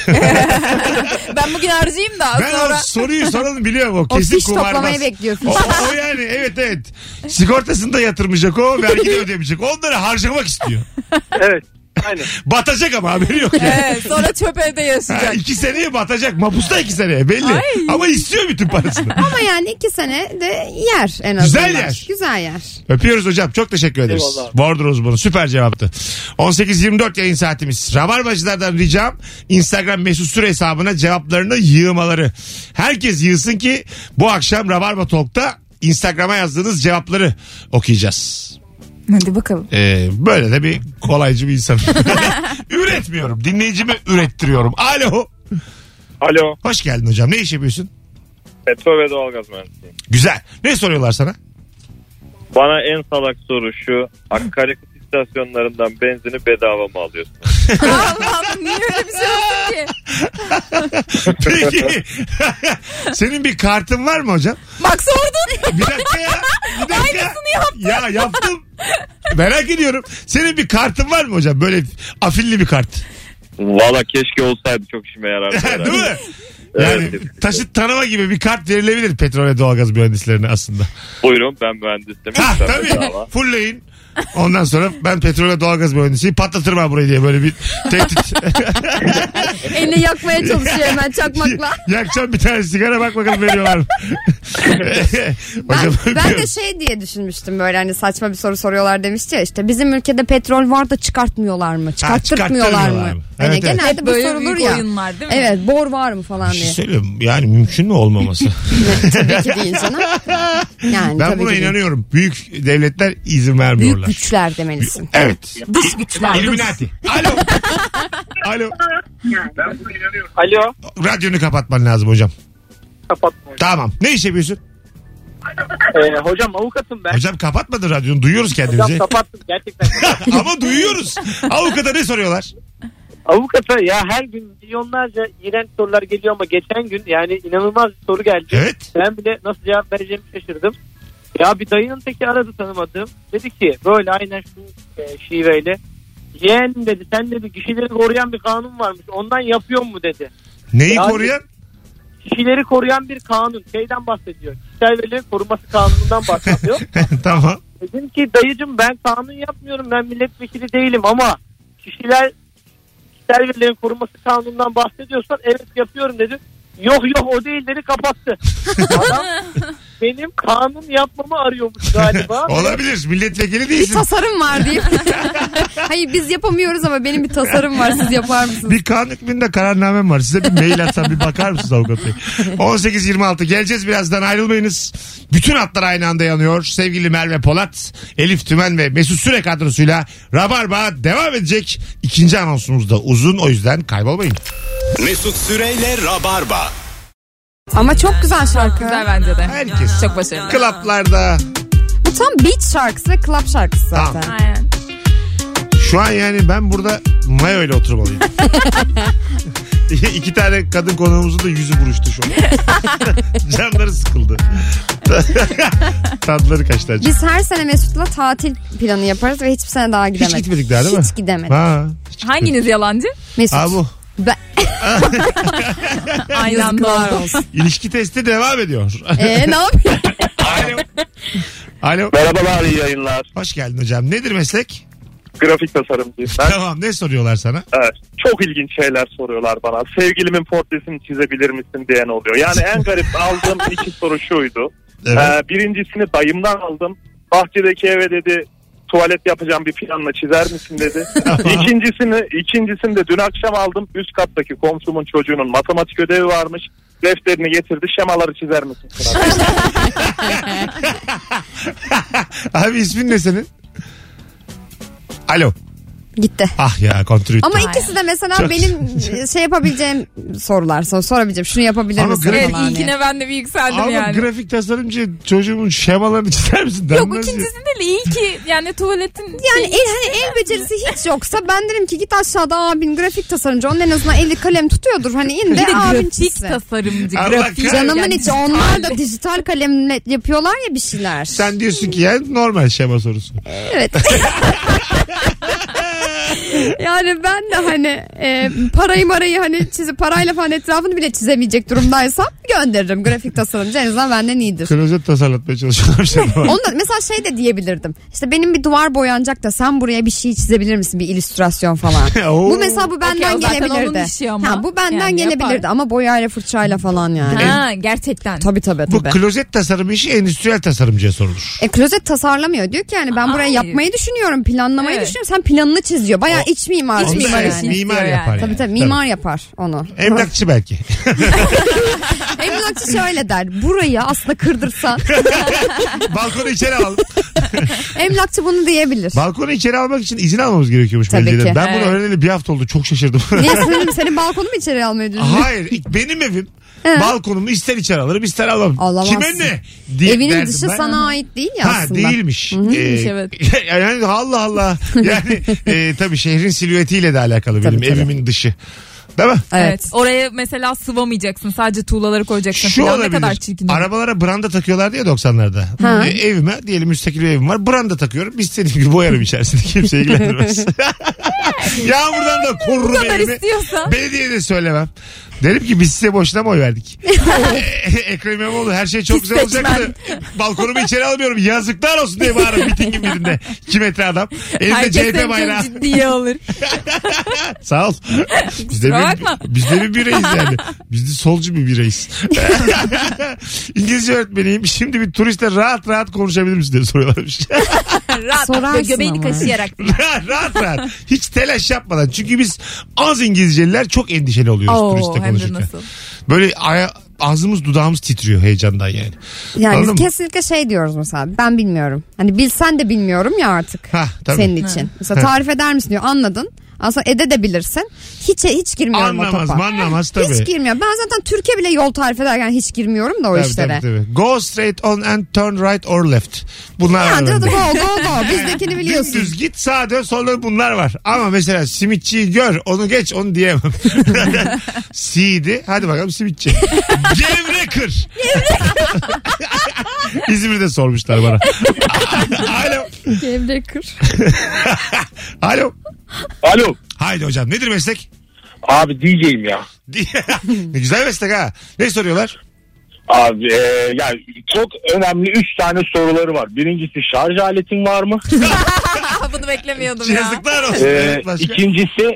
Speaker 3: Ben bugün harcayayım da
Speaker 2: ben
Speaker 3: sonra.
Speaker 2: o soruyu soranı biliyorum
Speaker 3: (laughs)
Speaker 2: o
Speaker 7: O
Speaker 2: kesin
Speaker 7: fiş
Speaker 2: kumarbaz.
Speaker 7: toplamayı bekliyor, fiş.
Speaker 2: O, o yani evet evet. Sigortasını da yatırmayacak o vergi
Speaker 3: (laughs)
Speaker 2: de ödemeyecek. Onları harcamak istiyor.
Speaker 5: Evet. Aynen.
Speaker 2: (laughs) Batacak ama haberi yok yani.
Speaker 3: Evet, sonra çöp evde
Speaker 2: Ha,
Speaker 3: yaşayacak.
Speaker 2: iki seneye batacak. Mapusta iki seneye belli.
Speaker 3: Ay.
Speaker 2: Ama istiyor bütün
Speaker 3: (laughs)
Speaker 2: parasını.
Speaker 7: Ama yani iki sene de yer en
Speaker 2: Güzel
Speaker 7: azından.
Speaker 2: yer.
Speaker 7: Güzel yer.
Speaker 2: Öpüyoruz hocam. Çok teşekkür ederiz.
Speaker 5: Eyvallah.
Speaker 2: Bordro uzmanı. Süper cevaptı. 18.24 yayın saatimiz. Rabarbacılardan ricam Instagram mesut süre hesabına cevaplarını yığmaları. Herkes yığsın ki bu akşam Rabarba Talk'ta Instagram'a yazdığınız cevapları okuyacağız.
Speaker 3: Hadi bakalım.
Speaker 2: Ee, böyle de bir kolaycı bir insan. (laughs) Üretmiyorum. Dinleyicimi ürettiriyorum. Alo.
Speaker 5: Alo.
Speaker 2: Hoş geldin hocam. Ne iş yapıyorsun?
Speaker 5: Petrol ve doğalgaz mühendisiyim.
Speaker 2: Güzel. Ne soruyorlar sana? (laughs)
Speaker 5: Bana en salak soru şu. Akaryakıt istasyonlarından benzini bedava mı alıyorsun?
Speaker 3: (laughs) Allah'ım niye öyle bir şey olsun ki?
Speaker 2: Peki. (laughs) Senin bir kartın var mı hocam?
Speaker 3: Bak sordun.
Speaker 2: Bir dakika
Speaker 3: (laughs)
Speaker 2: ya. Bir dakika. Ya yaptım. Merak ediyorum. Senin bir kartın var mı hocam? Böyle afilli bir kart. (laughs)
Speaker 5: Valla keşke olsaydı çok işime (laughs) yarardı.
Speaker 2: Değil mi? Yani taşıt tanıma gibi bir kart verilebilir petrol ve doğalgaz mühendislerine aslında.
Speaker 5: Buyurun ben mühendisim.
Speaker 2: Ha tabii. Fullleyin. Ondan sonra ben petrol ve doğalgaz mühendisiyim patlatırım ha burayı diye böyle bir
Speaker 7: (laughs)
Speaker 2: tehdit. (laughs)
Speaker 7: Elini yakmaya çalışıyor hemen çakmakla.
Speaker 2: Yakacağım bir tane sigara bak bakalım veriyorlar mı?
Speaker 7: (laughs) Ben,
Speaker 2: Hocam
Speaker 7: ben de
Speaker 2: öpüyorum.
Speaker 7: şey diye düşünmüştüm böyle hani saçma bir soru soruyorlar demişti ya işte bizim ülkede petrol var da çıkartmıyorlar mı? Çıkarttırmıyorlar
Speaker 2: çıkarttırmıyorlar
Speaker 7: mı?
Speaker 2: mı?
Speaker 7: Hani
Speaker 2: Evet, evet.
Speaker 7: genelde bu
Speaker 3: Böyle
Speaker 7: sorulur
Speaker 3: büyük
Speaker 7: ya.
Speaker 3: oyunlar değil mi?
Speaker 7: Evet bor var mı falan
Speaker 2: Bir şey
Speaker 7: diye.
Speaker 2: söyleyeyim yani mümkün mü olmaması?
Speaker 7: (laughs) Tabii ki değil
Speaker 2: (laughs)
Speaker 7: canım.
Speaker 2: ben
Speaker 7: Yani tabii
Speaker 2: buna
Speaker 7: ki değil.
Speaker 2: inanıyorum. Büyük devletler izin
Speaker 7: Büyük
Speaker 2: vermiyorlar.
Speaker 7: güçler demelisin.
Speaker 2: Evet.
Speaker 3: Dış güçler.
Speaker 2: Illuminati. Alo. Alo.
Speaker 4: Alo.
Speaker 2: Radyonu kapatman lazım hocam.
Speaker 4: Kapatma hocam.
Speaker 2: Tamam. Ne iş yapıyorsun?
Speaker 4: Ee, hocam avukatım ben.
Speaker 2: Hocam kapatmadın radyonu. Duyuyoruz
Speaker 4: Hocam
Speaker 2: kendimizi.
Speaker 4: kapattım
Speaker 2: (laughs)
Speaker 4: gerçekten.
Speaker 2: Ama duyuyoruz. Avukata ne soruyorlar?
Speaker 4: Avukata ya her gün milyonlarca iğrenç sorular geliyor ama geçen gün yani inanılmaz bir soru geldi.
Speaker 2: Evet.
Speaker 4: Ben bile nasıl cevap vereceğimi şaşırdım. Ya bir dayının teki aradı tanımadığım. Dedi ki böyle aynen şu e, şiveyle. Yeğen dedi sen dedi kişileri koruyan bir kanun varmış ondan yapıyor mu dedi.
Speaker 2: Neyi
Speaker 4: Yani-
Speaker 2: koruyan? (laughs)
Speaker 4: Kişileri koruyan bir kanun şeyden bahsediyor. Kişisel verilerin korunması kanunundan
Speaker 2: (laughs)
Speaker 4: bahsediyor.
Speaker 2: tamam.
Speaker 4: Dedim ki dayıcım ben kanun yapmıyorum ben milletvekili değilim ama kişiler kişisel verilerin korunması kanunundan bahsediyorsan evet yapıyorum dedim. Yok yok o değil dedi kapattı. Adam benim kanun yapmamı arıyormuş
Speaker 2: (laughs)
Speaker 4: galiba.
Speaker 2: Olabilir. Milletvekili
Speaker 7: Bir
Speaker 2: değilsin.
Speaker 7: tasarım var diye. (laughs) Hayır biz yapamıyoruz ama benim bir tasarım var siz yapar mısınız?
Speaker 2: Bir kanun hükmünde kararnamem var. Size bir mail atsam bir bakar mısınız avukat bey? 18.26 geleceğiz birazdan ayrılmayınız. Bütün hatlar aynı anda yanıyor. Sevgili Merve Polat, Elif Tümen ve Mesut Süre kadrosuyla Rabarba devam edecek. İkinci anonsumuz da uzun o yüzden kaybolmayın.
Speaker 1: Mesut Süreyle Rabarba.
Speaker 7: Ama çok güzel şarkı.
Speaker 3: Güzel bence de.
Speaker 2: Herkes.
Speaker 3: Çok başarılı.
Speaker 2: Klaplarda
Speaker 7: Bu tam beat şarkısı ve club şarkısı
Speaker 2: Tamam.
Speaker 7: zaten.
Speaker 3: Aynen.
Speaker 2: şu an yani ben burada mayo ile oturmalıyım. (laughs) İki tane kadın konuğumuzun da yüzü buruştu şu an. Canları sıkıldı. (laughs) Tatları kaçtı acaba.
Speaker 7: Biz her sene Mesut'la tatil planı yaparız ve hiçbir sene daha gidemedik.
Speaker 2: gitmedik daha değil mi?
Speaker 7: Hiç gidemedik.
Speaker 2: Ha.
Speaker 3: Hanginiz yalancı?
Speaker 7: Mesut.
Speaker 2: Aa bu.
Speaker 7: Ben...
Speaker 3: Aynı
Speaker 7: Yazıklar
Speaker 3: anda. (laughs)
Speaker 7: olsun.
Speaker 2: İlişki testi devam ediyor. (laughs)
Speaker 7: Ee, ne yapıyorsun?
Speaker 2: Alo. Alo.
Speaker 5: Merhabalar iyi yayınlar.
Speaker 2: Hoş geldin hocam. Nedir meslek?
Speaker 5: Grafik tasarımcıyım ben.
Speaker 2: Tamam ne soruyorlar sana?
Speaker 5: Evet, çok ilginç şeyler soruyorlar bana. Sevgilimin portresini çizebilir misin diyen oluyor. Yani en garip aldığım iki soru şuydu.
Speaker 2: Evet.
Speaker 5: Ee, birincisini dayımdan aldım. Bahçedeki eve dedi tuvalet yapacağım bir planla çizer misin (laughs) dedi. ikincisini, ikincisini de dün akşam aldım. Üst kattaki komşumun çocuğunun matematik ödevi varmış. Defterini getirdi şemaları çizer misin?
Speaker 2: Abi ismin ne senin? Alo.
Speaker 7: Gitti.
Speaker 2: Ah ya kontrol ettim.
Speaker 7: Ama
Speaker 3: Aynen.
Speaker 7: ikisi de mesela
Speaker 2: Çok-
Speaker 7: benim şey yapabileceğim sorular. sor- Sorabileceğim. Şunu yapabilir
Speaker 2: Ama
Speaker 7: misin?
Speaker 2: grafik-
Speaker 3: Evet
Speaker 7: falan diye.
Speaker 3: ilkine ben de bir yükseldim
Speaker 2: Ama
Speaker 3: yani.
Speaker 2: grafik tasarımcı çocuğumun şemalarını (laughs) çizer misin?
Speaker 3: Yok
Speaker 2: Denmez ya.
Speaker 3: ikincisi değil ilki yani tuvaletin
Speaker 7: Yani el, hani el becerisi hiç yoksa ben derim ki git aşağıda abin grafik tasarımcı. Onun en azından eli kalem tutuyordur. Hani in de,
Speaker 3: bir de
Speaker 7: abin
Speaker 3: grafik
Speaker 7: çizsin.
Speaker 3: tasarımcı.
Speaker 2: Allah
Speaker 3: Grafik.
Speaker 2: kahretsin.
Speaker 7: Canımın
Speaker 3: Yani
Speaker 7: içi
Speaker 3: dijital.
Speaker 7: onlar da dijital kalemle yapıyorlar ya bir şeyler.
Speaker 2: Sen diyorsun ki yani normal şema sorusu.
Speaker 7: Evet. yani ben de hani e, parayı marayı hani çizip parayla falan etrafını bile çizemeyecek durumdaysam gönderirim grafik tasarımcı en azından benden iyidir.
Speaker 2: Klozet tasarlatmaya
Speaker 7: (laughs)
Speaker 2: çalışıyorlar şema.
Speaker 7: Onda mesela şey de diyebilirdim. İşte benim bir duvar boyanacak da sen buraya bir şey çizebilir misin? Bir illüstrasyon falan.
Speaker 2: (laughs) Oo.
Speaker 7: bu mesela bu
Speaker 3: Okey,
Speaker 7: benden
Speaker 3: o zaten onun
Speaker 7: gelebilirdi.
Speaker 3: işi ama.
Speaker 7: Ha, bu benden
Speaker 3: Yani
Speaker 7: gelebilirdi
Speaker 3: yapar.
Speaker 7: ama boyayla fırçayla falan yani.
Speaker 3: Ha gerçekten.
Speaker 7: Tabii tabii
Speaker 2: Bu
Speaker 7: tabii.
Speaker 2: klozet tasarımı işi endüstriyel tasarımcıya sorulur.
Speaker 7: E klozet tasarlamıyor diyor ki yani ben buraya
Speaker 3: Hayır.
Speaker 7: yapmayı düşünüyorum, planlamayı
Speaker 3: Evet.
Speaker 7: düşünüyorum. Sen planını çiziyor. Bayağı
Speaker 2: O-
Speaker 7: iç mimar.
Speaker 3: İç
Speaker 2: Onu
Speaker 3: mimar
Speaker 2: evet,
Speaker 3: işi
Speaker 2: mimar yapar
Speaker 3: istiyor yani.
Speaker 7: Tabii
Speaker 2: yani.
Speaker 7: tabii mimar yapar onu.
Speaker 2: Emlakçı belki.
Speaker 7: (laughs)
Speaker 2: E-
Speaker 7: Emlakçı şöyle der. Burayı
Speaker 2: (laughs)
Speaker 7: aslında kırdırsan
Speaker 2: Balkonu içeri al.
Speaker 7: emlakçı bunu diyebilir.
Speaker 2: Balkonu içeri almak için izin almamız gerekiyormuş
Speaker 7: Tabii
Speaker 2: belediyeden.
Speaker 7: ki.
Speaker 2: Ben bunu
Speaker 3: Evet.
Speaker 2: öğreneli bir hafta oldu. Çok şaşırdım. (laughs)
Speaker 7: Niye senin, senin balkonu mu içeri almayı düşünüyorsun?
Speaker 2: Hayır ilk benim evim. Balkonumu ister içeri alırım ister alırım.
Speaker 7: Alamazsın.
Speaker 2: Kime ne? diye
Speaker 7: Evinin
Speaker 2: derdim
Speaker 7: dışı
Speaker 2: ben.
Speaker 7: sana ait değil ya
Speaker 2: Ha
Speaker 7: aslında.
Speaker 2: değilmiş. Ee,
Speaker 3: değilmiş, evet.
Speaker 2: (laughs) yani Allah Allah.
Speaker 7: (laughs)
Speaker 2: Yani e, tabii şehrin silüetiyle de alakalı benim
Speaker 7: Tabii, tabii.
Speaker 2: evimin dışı. Değil mi?
Speaker 7: Evet.
Speaker 3: Evet. Oraya mesela sıvamayacaksın. Sadece tuğlaları koyacaksın.
Speaker 2: Şu
Speaker 3: falan. Ne
Speaker 2: olabilir.
Speaker 3: kadar çirkin. olur.
Speaker 2: Arabalara branda takıyorlardı ya 90'larda. E, evime diyelim müstakil bir evim var. Branda takıyorum. İstediğim gibi boyarım içerisinde. (laughs) Kimse
Speaker 3: (laughs)
Speaker 2: ilgilendirmez. Yağmurdan da korurum
Speaker 3: kadar
Speaker 2: evimi.
Speaker 3: istiyorsa.
Speaker 2: Belediyeye de söylemem. Derim ki biz size boşuna mı oy
Speaker 3: (laughs)
Speaker 2: verdik? E, Ekrem İmamoğlu her şey çok güzel olacaktı. Balkonumu içeri almıyorum. Yazıklar olsun diye bağırır mitingin birinde. 2 metre
Speaker 3: (laughs)
Speaker 2: adam. Elinde
Speaker 3: Herkes
Speaker 2: CHP
Speaker 3: seni
Speaker 2: bayrağı.
Speaker 3: çok
Speaker 2: (laughs)
Speaker 3: ciddiye alır.
Speaker 2: Sağ
Speaker 3: (laughs)
Speaker 2: ol. Biz de
Speaker 3: Kusura
Speaker 2: bir,
Speaker 3: bakma.
Speaker 2: biz de bir bireyiz yani. Biz de solcu bir
Speaker 3: (laughs)
Speaker 2: bireyiz. İngilizce öğretmeniyim. Şimdi bir turistle rahat rahat konuşabilir misin diye soruyorlarmış. (laughs)
Speaker 3: rahat
Speaker 7: Sorarsın
Speaker 3: ve göbeğini
Speaker 7: ama.
Speaker 3: kaşıyarak.
Speaker 2: rahat rahat. Hiç telaş yapmadan. Çünkü biz az İngilizceliler çok endişeli oluyoruz
Speaker 3: Oo,
Speaker 2: turiste
Speaker 3: hem de
Speaker 2: konuşurken.
Speaker 3: nasıl.
Speaker 2: Böyle aya- ağzımız dudağımız titriyor heyecandan yani.
Speaker 7: Yani
Speaker 2: Anladın
Speaker 7: biz
Speaker 2: mı?
Speaker 7: kesinlikle şey diyoruz mesela ben bilmiyorum. Hani bilsen de bilmiyorum ya artık
Speaker 2: Hah, tabii.
Speaker 7: senin için. Mesela tarif eder misin diyor anladın. Aslında ede de bilirsin. Hiç, hiç girmiyorum o
Speaker 2: Anlamaz
Speaker 7: topa.
Speaker 2: anlamaz tabii.
Speaker 7: Hiç girmiyorum. Ben zaten Türkiye bile yol tarif ederken hiç girmiyorum da o
Speaker 2: Tabii,
Speaker 7: işlere.
Speaker 2: tabii, tabii. Go straight on and turn right or left. Bunlar var
Speaker 7: Ya
Speaker 2: bende.
Speaker 7: direkt go go
Speaker 2: (laughs)
Speaker 7: go bizdekini biliyorsun.
Speaker 2: Dümdüz git sağa dön sonra bunlar var. Ama mesela simitçiyi gör onu geç onu diyemem. (laughs) C'ydi hadi bakalım simitçi. Gevre kır. (laughs) İzmir'de sormuşlar bana. (laughs) Alo. (laughs)
Speaker 3: Gevre kır.
Speaker 2: Alo.
Speaker 5: (laughs) Alo.
Speaker 2: Haydi hocam nedir meslek? (laughs)
Speaker 5: Abi DJ'im ya.
Speaker 2: ne güzel meslek ha. Ne soruyorlar?
Speaker 5: Abi e, yani çok önemli 3 tane soruları var. Birincisi şarj aletin var mı?
Speaker 3: Aa, (laughs) bunu beklemiyordum ya.
Speaker 2: Yazıklar olsun.
Speaker 5: Ee,
Speaker 2: Evet, başka.
Speaker 5: ikincisi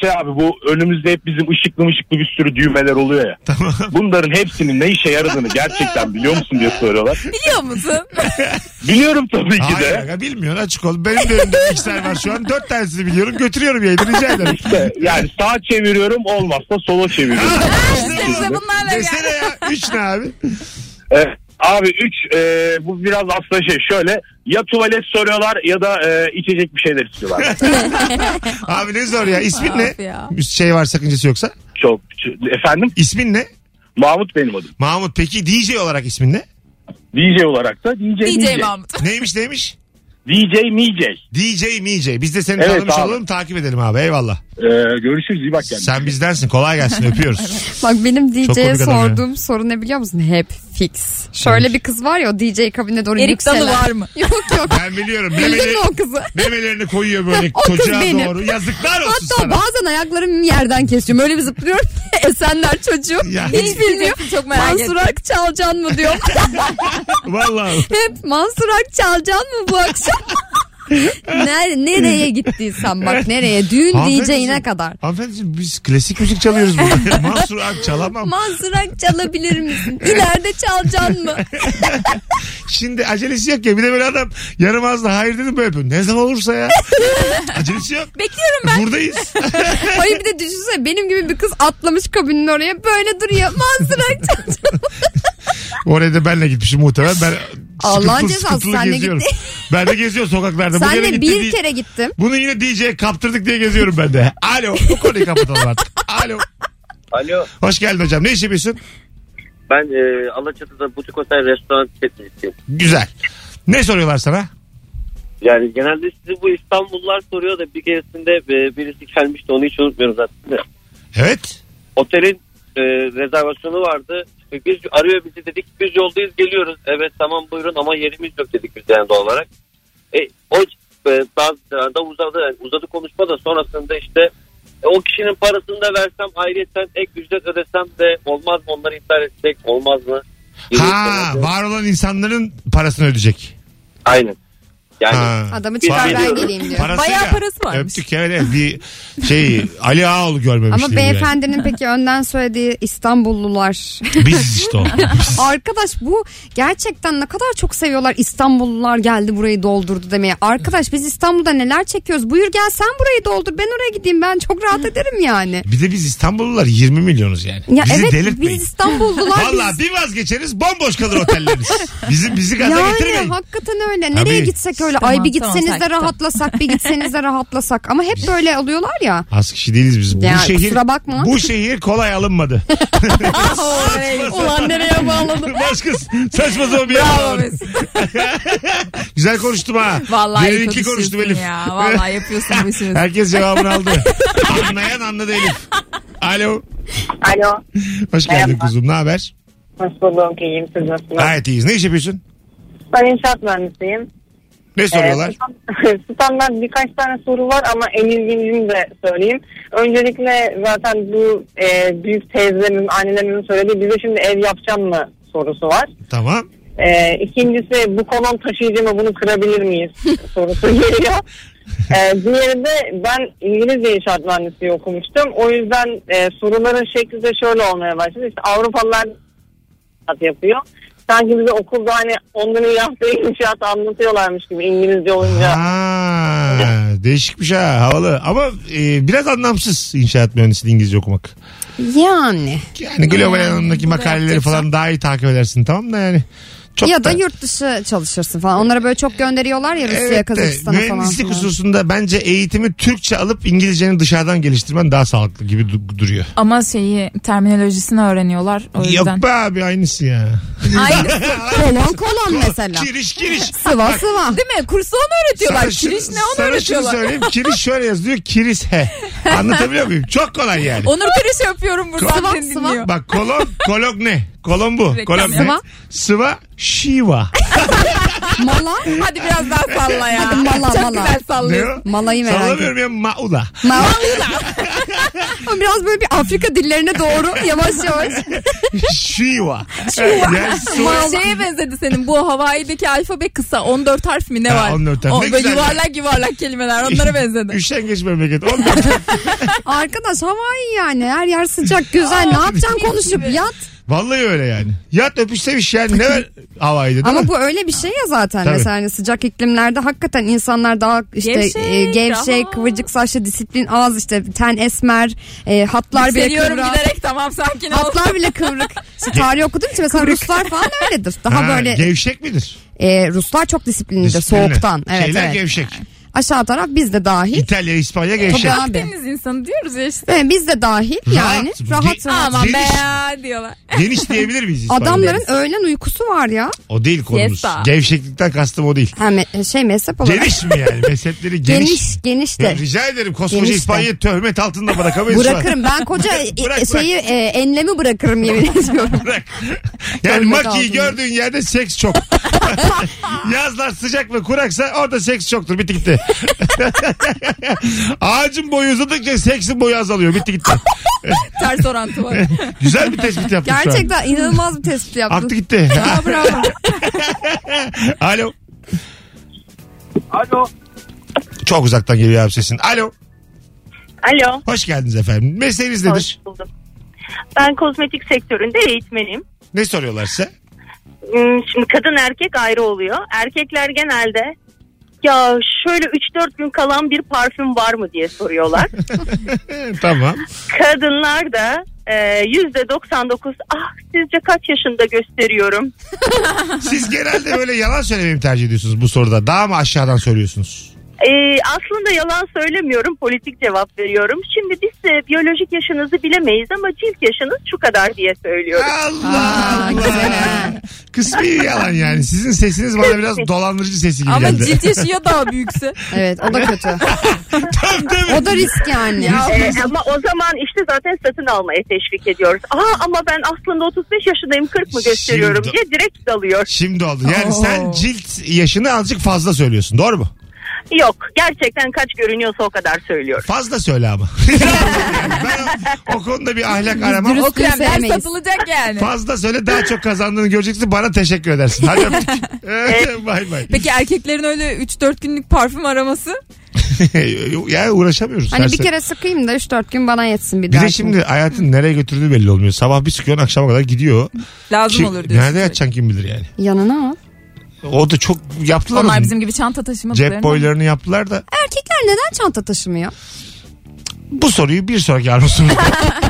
Speaker 5: şey abi bu önümüzde hep bizim ışıklı ışıklı bir sürü düğmeler oluyor ya. Bunların hepsinin ne işe yaradığını gerçekten biliyor musun diye soruyorlar.
Speaker 2: (laughs)
Speaker 3: Biliyor musun? (laughs)
Speaker 5: Biliyorum tabii ki
Speaker 2: Hayır
Speaker 5: de.
Speaker 2: aga, bilmiyorsun açık ol. Benim de önümde mikser var şu an. Dört tanesini biliyorum. Götürüyorum yayını rica ederim.
Speaker 5: İşte yani sağ çeviriyorum olmazsa sola çeviriyorum.
Speaker 2: (laughs)
Speaker 3: İşte bize bunlarla
Speaker 2: Desene
Speaker 3: gel.
Speaker 2: ya. Üç ne abi?
Speaker 5: Ee, abi 3 bu biraz aslında şey şöyle ya tuvalet soruyorlar ya da e, içecek bir şeyler istiyorlar.
Speaker 2: (laughs) Abi ne zor ya. İsmin
Speaker 3: Of
Speaker 2: ne?
Speaker 3: ya.
Speaker 2: Bir şey var sakıncası yoksa.
Speaker 5: Çok efendim
Speaker 2: İsmin ne?
Speaker 5: Mahmut benim adım.
Speaker 2: Mahmut peki DJ olarak ismin ne?
Speaker 5: DJ olarak da DJ
Speaker 3: DJ Mahmut.
Speaker 2: Neymiş neymiş?
Speaker 5: DJ MJ.
Speaker 2: DJ MJ. Biz de seni
Speaker 5: Evet,
Speaker 2: tanımış
Speaker 5: abi.
Speaker 2: olalım takip edelim abi eyvallah.
Speaker 5: Ee, görüşürüz iyi bak kendine.
Speaker 2: Sen bizdensin kolay gelsin öpüyoruz.
Speaker 7: Bak benim DJ'ye
Speaker 2: komik adam ya.
Speaker 7: sorduğum soru ne biliyor musun? Hep fix. Şöyle bir kız var ya o DJ kabinine doğru
Speaker 3: Erik
Speaker 7: yükselen.
Speaker 3: Dalı var mı?
Speaker 7: (laughs) Yok yok.
Speaker 2: Ben biliyorum.
Speaker 7: Bildin mi
Speaker 2: memeli-
Speaker 7: o kızı?
Speaker 2: memelerini koyuyor böyle
Speaker 7: O kız
Speaker 2: çocuğa
Speaker 7: benim.
Speaker 2: doğru. Yazıklar olsun
Speaker 7: Hatta
Speaker 2: sana.
Speaker 7: bazen ayaklarımı yerden kesiyorum. Öyle bir zıplıyorum. ki (laughs) Esenler çocuğu.
Speaker 2: Ya.
Speaker 7: Hiç bilmiyor.
Speaker 3: Diyeceksin, Çok merak
Speaker 7: Mansur
Speaker 3: ettim.
Speaker 7: Ak çalacaksın mı diyorum.
Speaker 2: Vallahi.
Speaker 7: Hep Mansur Ak çalacaksın mı bu akşam? Ner nereye gittiysen bak nereye düğün DJ'ine
Speaker 2: Hanımefendiciğim-
Speaker 7: kadar.
Speaker 2: Hanımefendiciğim biz klasik müzik çalıyoruz burada. (laughs) Mansur Ak çalamam.
Speaker 7: Mansur Ak çalabilir misin? İleride
Speaker 2: (laughs)
Speaker 7: çalacaksın mı?
Speaker 2: Şimdi acelesi yok ya. Bir de böyle adam yarım ağızla hayır dedim böyle yapıyor. Ne zaman olursa
Speaker 7: (laughs)
Speaker 2: ya. acelesi yok.
Speaker 3: Bekliyorum ben.
Speaker 2: Buradayız.
Speaker 7: Hayır bir de düşünsene benim gibi bir kız atlamış kabinin oraya böyle duruyor. Mansur Ak çalacak.
Speaker 2: Oraya da benle gitmişim muhtemelen. Ben
Speaker 7: Allah'ın
Speaker 2: sıkıntılı
Speaker 7: cezası,
Speaker 2: sıkıntılı
Speaker 7: senle
Speaker 2: geziyorum.
Speaker 7: gitti.
Speaker 2: ben de geziyorum sokaklarda. (laughs) Bu gene
Speaker 7: Senle
Speaker 2: gitti
Speaker 7: bir
Speaker 2: değil.
Speaker 7: kere gittim.
Speaker 2: Bunu yine DJ'ye kaptırdık diye geziyorum ben de. Alo. Bu konuyu kapatalım artık. Alo.
Speaker 10: Alo
Speaker 2: Hoş geldin hocam. Ne iş yapıyorsun?
Speaker 10: ben e, Alaçatı'da butik otel restoran temsilcisiyim.
Speaker 2: Güzel. Ne soruyorlar sana?
Speaker 10: Yani genelde sizi bu İstanbullular soruyor da bir keresinde e, birisi gelmişti onu hiç unutmuyorum zaten.
Speaker 2: Evet.
Speaker 10: Otelin e, rezervasyonu vardı. Biz arıyor bizi dedik biz yoldayız geliyoruz. Evet tamam buyurun ama yerimiz yok dedik biz yani doğal olarak. E, o e, daha da uzadı yani uzadı konuşma da sonrasında işte e, o kişinin parasını da versem ayrıyeten ek ücret ödesem de olmaz mı onları iptal etsek olmaz mı?
Speaker 2: Ha var olan insanların parasını ödeyecek.
Speaker 10: Aynen. Yani
Speaker 2: Ha.
Speaker 7: Adamı çıkar ben
Speaker 10: Biliyorum.
Speaker 7: geleyim diyor.
Speaker 2: Parasıyla
Speaker 3: Bayağı parası varmış.
Speaker 2: Öptük evet, evet. bir
Speaker 7: (laughs)
Speaker 2: şey Ali Ağaoğlu görmemişliği. bu
Speaker 7: Ama
Speaker 2: yani.
Speaker 7: beyefendinin peki önden söylediği İstanbullular.
Speaker 2: Biziz işte o. Biz.
Speaker 7: (laughs) Arkadaş bu gerçekten ne kadar çok seviyorlar İstanbullular geldi burayı doldurdu demeye. Arkadaş biz İstanbul'da neler çekiyoruz. Buyur gel sen burayı doldur ben oraya gideyim ben çok rahat ederim yani.
Speaker 2: Bir de biz İstanbullular 20 milyonuz yani.
Speaker 7: Ya
Speaker 2: Bizi
Speaker 7: evet
Speaker 2: delirtmeyin.
Speaker 7: biz İstanbullular
Speaker 2: Valla
Speaker 7: biz.
Speaker 2: bir vazgeçeriz bomboş kalır
Speaker 7: (laughs)
Speaker 2: otelleriniz. Bizi, bizi gaza
Speaker 7: Yani
Speaker 2: getirmeyin.
Speaker 7: hakikaten öyle. Nereye
Speaker 2: Tabii.
Speaker 7: gitsek öyle.
Speaker 3: Tamam,
Speaker 7: Ay bir
Speaker 3: tamam,
Speaker 7: gitseniz de
Speaker 3: sakin, tamam.
Speaker 7: rahatlasak, bir gitseniz de rahatlasak. Ama hep böyle alıyorlar ya.
Speaker 2: Az kişi değiliz biz. Bu
Speaker 7: Ya,
Speaker 2: şehir
Speaker 7: kusura bakma.
Speaker 2: bu şehir kolay
Speaker 7: (laughs)
Speaker 2: alınmadı.
Speaker 7: Ulan nereye bağladım?
Speaker 2: Başka saçma sapan bir yer
Speaker 3: Bravo
Speaker 2: var.
Speaker 3: Mesut.
Speaker 2: Güzel konuştum ha.
Speaker 3: Vallahi
Speaker 2: Derinlikli konuştum
Speaker 3: konuştum
Speaker 2: Elif.
Speaker 3: ya.
Speaker 2: (laughs)
Speaker 3: Vallahi yapıyorsun bu işi.
Speaker 2: Herkes cevabını
Speaker 7: (laughs)
Speaker 2: aldı. Anlayan anladı Elif. Alo.
Speaker 9: Alo.
Speaker 2: Hoş geldin
Speaker 9: Merhaba.
Speaker 2: kuzum. Ne haber?
Speaker 9: Hoş bulduk. İyiyim. Siz nasılsınız?
Speaker 2: Gayet iyiyiz. Ne iş yapıyorsun?
Speaker 9: Ben inşaat mühendisiyim.
Speaker 2: Ne soruyorlar?
Speaker 9: Ee, (laughs) standart birkaç tane soru var ama en ilgincini de söyleyeyim. Öncelikle zaten bu e, büyük teyzelerin, annelerin söylediği bize şimdi ev yapacağım mı sorusu var.
Speaker 2: Tamam.
Speaker 9: Ee, ikincisi bu kolon taşıyıcı mı bunu kırabilir miyiz sorusu geliyor. Ee, diğeri de ben İngilizce inşaat mühendisliği okumuştum. O yüzden e, soruların şekli de şöyle olmaya başladı. İşte Avrupalılar inşaat yapıyor. Sanki bize okulda hani onların yaptığı inşaat anlatıyorlarmış gibi İngilizce olunca.
Speaker 2: Ha, değişikmiş ha havalı ama e, biraz anlamsız inşaat mühendisliği İngilizce okumak.
Speaker 7: (laughs) Yani.
Speaker 2: Yani global
Speaker 3: Yani,
Speaker 2: yanındaki
Speaker 3: Hmm, bu da
Speaker 2: makaleleri
Speaker 3: yapacaksan.
Speaker 2: falan daha iyi takip edersin tamam da yani. Çok
Speaker 7: ya da yurt dışı çalışırsın falan. Onlara böyle çok gönderiyorlar ya Rusya,
Speaker 2: Evet de,
Speaker 7: Kazakistan'a falan.
Speaker 2: mühendislik
Speaker 7: filan.
Speaker 2: hususunda bence eğitimi Türkçe alıp İngilizceni dışarıdan geliştirmen daha sağlıklı gibi du- duruyor.
Speaker 3: Ama şeyi terminolojisini öğreniyorlar o
Speaker 2: Yok
Speaker 3: yüzden.
Speaker 2: be abi aynısı ya.
Speaker 3: Aynı
Speaker 2: (laughs)
Speaker 7: Kolon kolon mesela.
Speaker 2: Kiriş
Speaker 3: (laughs)
Speaker 2: kiriş.
Speaker 7: Sıva sıva.
Speaker 3: değil mi? Kursu onu öğretiyorlar.
Speaker 2: Sana şu-
Speaker 3: Kiriş ne onu
Speaker 2: sana şunu
Speaker 3: öğretiyorlar.
Speaker 2: söyleyeyim. Kiriş şöyle yazılıyor. Kiriş
Speaker 3: (laughs)
Speaker 2: he. Anlatabiliyor muyum? Çok kolay yani.
Speaker 3: Onur Kiriş yapıyorum buradan
Speaker 7: Sıvap,
Speaker 3: seni
Speaker 7: sıvap.
Speaker 3: dinliyor.
Speaker 2: Bak kolon, kolon ne? Kolon bu.
Speaker 3: Reklam
Speaker 2: Kolon ne?
Speaker 7: yapma.
Speaker 2: Sıva, şiva.
Speaker 7: Mala.
Speaker 3: Hadi biraz daha salla ya.
Speaker 7: Hadi mala,
Speaker 3: Çok
Speaker 7: mala.
Speaker 3: güzel
Speaker 2: ne
Speaker 3: sallıyorsun.
Speaker 2: o?
Speaker 7: Malayı merak et.
Speaker 2: Sallamıyorum ya maula. (laughs)
Speaker 7: Mala. O (laughs) biraz böyle bir Afrika dillerine doğru yavaş yavaş.
Speaker 2: şiva. Yani sıva-
Speaker 3: Bu şeye benzedi senin bu Hawaii'deki alfabe kısa 14 harf mi ne
Speaker 2: Ha,
Speaker 3: var?
Speaker 2: 14 harf.
Speaker 3: O,
Speaker 2: Ne
Speaker 3: böyle
Speaker 2: güzel.
Speaker 3: yuvarlak yuvarlak kelimeler
Speaker 2: (laughs)
Speaker 3: onlara benzedi.
Speaker 2: Üşengeç memleket. 14
Speaker 7: Arkadaş havai yani her yer sıcak güzel ne yapacaksın konuşup yat.
Speaker 2: Vallahi öyle yani. Yat öpüş seviş yani ne var havaydı değil mi?
Speaker 7: Ama bu öyle bir şey ya zaten.
Speaker 2: Tabii.
Speaker 7: Mesela hani sıcak iklimlerde hakikaten insanlar daha işte
Speaker 3: Gevşek,
Speaker 7: e, gevşek,
Speaker 3: aha.
Speaker 7: kıvırcık saçlı, disiplin az işte ten esmer, e, hatlar bile
Speaker 3: Yükseliyorum
Speaker 7: kıvrak.
Speaker 3: giderek tamam sakin ol.
Speaker 7: Hatlar
Speaker 3: (laughs)
Speaker 7: bile kıvrık. İşte tarih okuduğum için mesela Ruslar falan öyledir. Daha
Speaker 2: Ha,
Speaker 7: böyle
Speaker 2: Gevşek midir?
Speaker 7: e, Ruslar çok disiplinlidir
Speaker 2: Disiplinli.
Speaker 7: soğuktan. Evet
Speaker 2: Şeyler
Speaker 7: evet.
Speaker 2: gevşek.
Speaker 7: Aşağı taraf biz de dahil.
Speaker 2: İtalya, İspanya
Speaker 7: Tabii
Speaker 2: gevşek.
Speaker 7: abi.
Speaker 3: Deniz insanı diyoruz ya işte.
Speaker 7: Evet, biz de dahil yani.
Speaker 2: Rahat.
Speaker 7: Rahat
Speaker 2: Ge-
Speaker 7: rahat.
Speaker 3: Aman be
Speaker 2: Geniş.
Speaker 3: ya diyorlar.
Speaker 2: Geniş diyebilir miyiz İspanya'da?
Speaker 7: Adamların öğlen uykusu var ya.
Speaker 2: O değil konumuz.
Speaker 3: Siesta.
Speaker 2: Gevşeklikten kastım o değil.
Speaker 7: Ha, me- şey mezhep olarak.
Speaker 2: Geniş mi yani? Mezhepleri geniş.
Speaker 7: Geniş, geniş
Speaker 2: Ya
Speaker 7: de.
Speaker 2: rica ederim koskoca
Speaker 7: Geniş de.
Speaker 2: İspanya'yı töhmet altında bırakamayız. şu an.
Speaker 7: Bırakırım ben koca e,
Speaker 2: Bırak, bırak.
Speaker 7: şeyi e, enlemi bırakırım
Speaker 2: (laughs)
Speaker 7: yemin ediyorum. (laughs)
Speaker 2: Bırak. Yani
Speaker 7: Töhmet
Speaker 2: makiyi
Speaker 7: altında.
Speaker 2: gördüğün yerde seks
Speaker 7: (laughs)
Speaker 2: çok. Yazlar sıcak ve kuraksa orada seks çoktur. Bitti gitti. (laughs) Ağacın boyu uzadıkça seksin boyu azalıyor. Bitti gitti.
Speaker 3: Ters orantı var.
Speaker 2: Güzel bir tespit yaptın şu
Speaker 7: Gerçekten inanılmaz bir tespit
Speaker 2: an. Aktı
Speaker 7: yaptın.
Speaker 2: gitti.
Speaker 7: Aa, (laughs) bravo.
Speaker 2: (laughs) Alo.
Speaker 8: Alo.
Speaker 2: Çok uzaktan geliyor abi sesin. Alo.
Speaker 9: Alo.
Speaker 2: Hoş geldiniz efendim. Mesleğiniz nedir?
Speaker 9: Hoş buldum. Ben kozmetik sektöründe eğitmeniyim.
Speaker 2: Ne soruyorlar size?
Speaker 9: Hmm, Şimdi kadın erkek ayrı oluyor. Erkekler genelde ya şöyle 3-4 gün kalan bir parfüm var mı
Speaker 2: (laughs)
Speaker 9: diye soruyorlar.
Speaker 2: Ee, tamam.
Speaker 9: Kadınlar da e, %99 ah sizce kaç yaşında gösteriyorum?
Speaker 2: Siz genelde böyle yalan söylemeyi mi tercih ediyorsunuz bu soruda? Daha mı aşağıdan söylüyorsunuz?
Speaker 9: E, aslında yalan söylemiyorum politik cevap veriyorum. Şimdi biz e, biyolojik yaşınızı bilemeyiz ama cilt yaşınız şu kadar diye söylüyorum.
Speaker 2: Allah
Speaker 7: Aa, güzel ha.
Speaker 2: Allah. Kısmi yalan yani. Sizin sesiniz bana
Speaker 7: (laughs)
Speaker 2: biraz dolandırıcı sesi gibi
Speaker 3: Ama
Speaker 2: geldi. (laughs)
Speaker 3: cilt yaşı ya daha büyükse.
Speaker 7: Evet o da kötü.
Speaker 2: Tabii, tabii.
Speaker 7: O da risk yani.
Speaker 9: E, ama o zaman işte zaten satın almaya teşvik ediyoruz. Aa ama ben aslında 35 yaşındayım 40 mı gösteriyorum
Speaker 2: Şimdi-
Speaker 9: diye direkt dalıyor.
Speaker 2: Şimdi oldu. Yani
Speaker 3: Oo.
Speaker 2: sen cilt yaşını azıcık fazla söylüyorsun. Doğru mu?
Speaker 9: Yok gerçekten kaç görünüyorsa o kadar söylüyorum.
Speaker 2: Fazla söyle ama. (laughs) Yani ben o, o konuda bir ahlak aramam.
Speaker 7: dürüst-
Speaker 3: O
Speaker 7: Üstünü
Speaker 3: kremler
Speaker 7: sevmeyiz.
Speaker 3: satılacak yani.
Speaker 2: Fazla söyle daha çok kazandığını göreceksin. Bana teşekkür edersin.
Speaker 7: (laughs)
Speaker 2: Hadi öptük. (laughs) bay bay.
Speaker 3: Peki erkeklerin öyle 3-4 günlük parfüm araması?
Speaker 2: ya uğraşamıyoruz.
Speaker 7: Hani bir
Speaker 2: Serseri-
Speaker 7: kere sıkayım da 3-4 gün bana yetsin bir
Speaker 2: Bir
Speaker 7: daha.
Speaker 2: de şimdi hayatın nereye götürdüğü belli olmuyor. Sabah bir sıkıyorsun akşama kadar gidiyor.
Speaker 3: Lazım
Speaker 2: Kim-
Speaker 3: olur diyorsun.
Speaker 2: nerede yatacaksın kim bilir yani.
Speaker 7: Yanına al.
Speaker 2: O da çok yaptılar
Speaker 3: Onlar
Speaker 2: onu.
Speaker 3: bizim gibi çanta taşımadıklarını.
Speaker 2: Cep boylarını yaptılar da
Speaker 7: Erkekler neden çanta taşımıyor?
Speaker 2: bu soruyu bir sonraki anonsumuzda.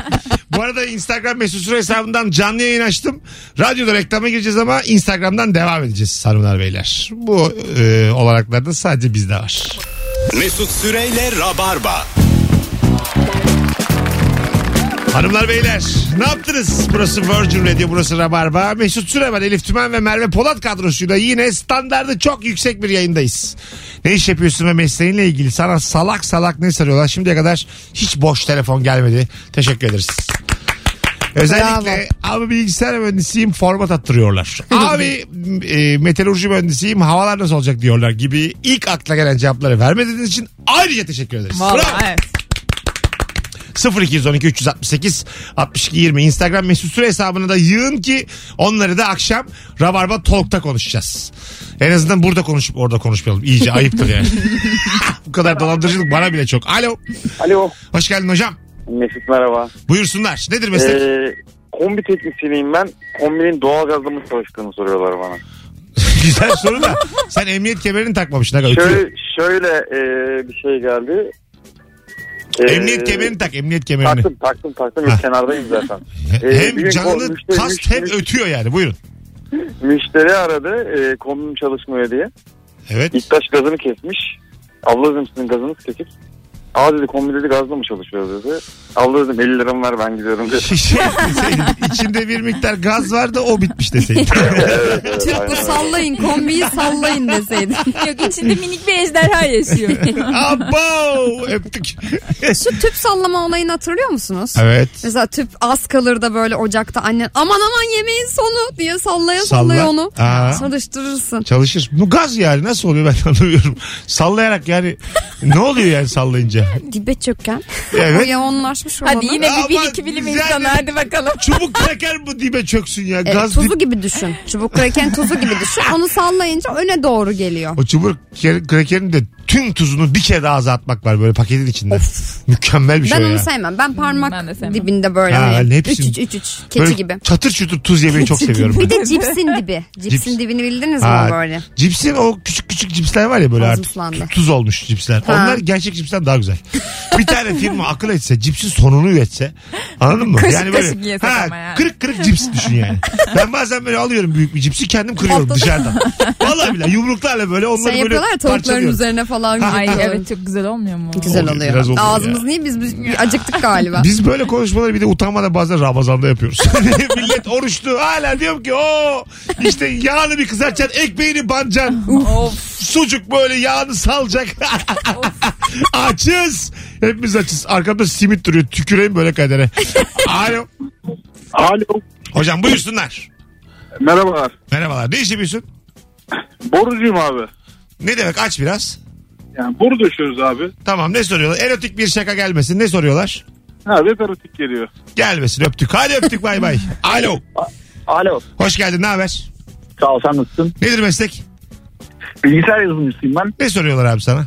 Speaker 2: (laughs) bu arada Instagram mesut süre hesabından canlı yayın açtım. Radyoda reklama gireceğiz ama Instagram'dan devam edeceğiz hanımlar beyler. Bu e, olaraklarda sadece bizde var.
Speaker 1: Mesut Süreyle Rabarba.
Speaker 2: Hanımlar beyler ne yaptınız? Burası Virgin Radio burası Rabarba. Mesut Süre var Elif Tümen ve Merve Polat kadrosuyla yine standardı çok yüksek bir yayındayız. Ne iş yapıyorsun ve mesleğinle ilgili sana salak salak ne sarıyorlar? Şimdiye kadar hiç boş telefon gelmedi. Teşekkür ederiz. Özellikle abi bilgisayar mühendisiyim format
Speaker 3: (laughs)
Speaker 2: attırıyorlar. abi e, meteoroloji mühendisiyim havalar nasıl olacak diyorlar gibi ilk akla gelen cevapları vermediğiniz için ayrıca teşekkür ederiz. Bravo.
Speaker 3: Vallahi evet.
Speaker 2: 0212 368 62 20 Instagram mesut süre hesabını da yığın ki onları da akşam Rabarba Talk'ta konuşacağız. En azından burada konuşup orada konuşmayalım. İyice ayıptır yani. (laughs) Bu kadar dolandırıcılık bana bile çok. Alo.
Speaker 11: Alo.
Speaker 2: Hoş geldin hocam.
Speaker 11: Mesut merhaba.
Speaker 2: Buyursunlar. Nedir meslek?
Speaker 11: Ee, kombi teknisyeniyim ben. Kombinin doğalgazla mı çalıştığını soruyorlar bana.
Speaker 2: (laughs) Güzel soru da sen emniyet kemerini takmamışsın. Aga, ötüyor.
Speaker 11: Şöyle, şöyle e, bir şey geldi. Ee,
Speaker 2: emniyet kemerini tak emniyet kemerini.
Speaker 11: Taktım taktım taktım. Yok,
Speaker 2: Ha.
Speaker 11: kenardayım
Speaker 2: (laughs)
Speaker 11: zaten. Ee, bir
Speaker 2: hem
Speaker 11: gün
Speaker 2: canını
Speaker 11: ko- müşteri-
Speaker 2: kast hem ötüyor yani buyurun.
Speaker 11: Müşteri aradı e, kombim çalışmıyor diye.
Speaker 2: Evet.
Speaker 11: İktaş gazını kesmiş. Abla dedim sizin gazınız kesik. Aa dedi kombi dedi gazla mı çalışıyor dedi. Abla dedim 50 liram ver ben gidiyorum dedi.
Speaker 2: (laughs) Şey deseydin, İçinde bir miktar gaz var da o
Speaker 11: (laughs)
Speaker 2: bitmiş deseydin.
Speaker 11: evet, evet, aynen
Speaker 7: Çırpı
Speaker 11: öyle.
Speaker 7: sallayın kombiyi sallayın
Speaker 3: (laughs)
Speaker 7: deseydin.
Speaker 3: (laughs) Yok içinde minik bir
Speaker 2: (laughs)
Speaker 3: ejderha yaşıyor.
Speaker 2: Abo öptük.
Speaker 7: Şu tüp sallama olayını hatırlıyor musunuz?
Speaker 2: Evet.
Speaker 7: Mesela tüp az kalır da böyle ocakta annen aman aman yemeğin sonu diye sallaya
Speaker 2: Salla.
Speaker 7: sallaya onu
Speaker 2: Aa.
Speaker 7: çalıştırırsın.
Speaker 2: Çalışır. Bu gaz yani nasıl oluyor ben (laughs) anlamıyorum. Sallayarak yani ne oluyor yani sallayınca?
Speaker 7: Dibe çöken.
Speaker 2: Evet.
Speaker 7: O yoğunlaşmış olan.
Speaker 3: Hadi yine bir
Speaker 2: Aman
Speaker 3: bil iki bilim
Speaker 2: güzel
Speaker 3: insanı
Speaker 2: bir- (laughs)
Speaker 3: hadi bakalım.
Speaker 2: Çubuk kraker bu dibe çöksün ya.
Speaker 7: E,
Speaker 2: gaz
Speaker 7: tuzu
Speaker 2: dip-
Speaker 7: gibi düşün. Çubuk kraken tuzu gibi düşün. Onu sallayınca öne doğru geliyor.
Speaker 2: O çubuk kre- krakerin de tüm tuzunu bir kere daha ağza atmak var böyle paketin içinde. Mükemmel bir
Speaker 7: Ben
Speaker 2: şey
Speaker 7: onu
Speaker 2: ya.
Speaker 7: sevmem. Ben parmak
Speaker 3: Hmm, Ben de sevmem.
Speaker 7: dibinde böyle.
Speaker 2: Ha,
Speaker 7: hani
Speaker 2: ben hepsini-
Speaker 7: üç, üç, üç, üç. Keçi
Speaker 2: Böyle (laughs)
Speaker 7: gibi.
Speaker 2: Çatır çutur
Speaker 7: (laughs)
Speaker 2: tuz yemeyi çok seviyorum. ben.
Speaker 7: Bir de cipsin dibi. Cipsin
Speaker 2: Cips.
Speaker 7: dibini bildiniz
Speaker 2: Ha,
Speaker 7: mi böyle?
Speaker 2: Cipsin o küçük küçük cipsler var ya böyle
Speaker 7: Ağzım
Speaker 2: artık
Speaker 7: sulandı.
Speaker 2: tu- tuz olmuş cipsler.
Speaker 7: Ha.
Speaker 2: Onlar gerçek cipsten daha güzel. bir tane firma akıl etse cipsin sonunu üretse anladın mı?
Speaker 3: Kaşık kaşık yesek ama yani.
Speaker 2: Kırık kırık cips düşün yani. ben bazen böyle alıyorum büyük bir cipsi kendim kırıyorum
Speaker 7: Patladı.
Speaker 2: dışarıdan. Vallahi bile yumruklarla böyle onları
Speaker 7: Sen
Speaker 2: böyle
Speaker 7: Şey yapıyorlar ya tavukların
Speaker 2: parçalıyorum.
Speaker 7: üzerine falan.
Speaker 2: Ha,
Speaker 3: Ay
Speaker 7: gibi.
Speaker 3: evet çok güzel olmuyor mu?
Speaker 7: (laughs) Güzel
Speaker 2: Oluyor, biraz
Speaker 7: oluyor.
Speaker 2: oluyor
Speaker 7: Ağzımız
Speaker 2: ya.
Speaker 7: niye biz, biz bir acıktık galiba.
Speaker 2: Biz böyle konuşmaları bir de utanmadan bazen Ramazan'da yapıyoruz. (laughs) Millet oruçlu hala diyorum ki o işte yağını bir kızartacaksın ekmeğini bancan.
Speaker 3: Of
Speaker 2: Sucuk böyle yağını salacak. (laughs) açız. Hepimiz açız. Arkamda simit duruyor. Tüküreyim böyle kadere. Alo.
Speaker 5: Alo.
Speaker 2: Hocam buyursunlar.
Speaker 5: Merhabalar.
Speaker 2: Merhabalar. Ne iş yapıyorsun?
Speaker 5: Borucuyum abi.
Speaker 2: Ne demek aç biraz.
Speaker 5: Yani boru döşüyoruz abi.
Speaker 2: Tamam ne soruyorlar? Erotik bir şaka gelmesin. Ne soruyorlar?
Speaker 5: Ha hep erotik geliyor.
Speaker 2: Gelmesin öptük. Hadi öptük bay bay. Alo.
Speaker 4: Alo.
Speaker 2: Hoş geldin ne haber?
Speaker 4: Sağ ol sen nasılsın?
Speaker 2: Nedir meslek?
Speaker 4: Bilgisayar yazılımcısıyım ben.
Speaker 2: Ne soruyorlar abi sana?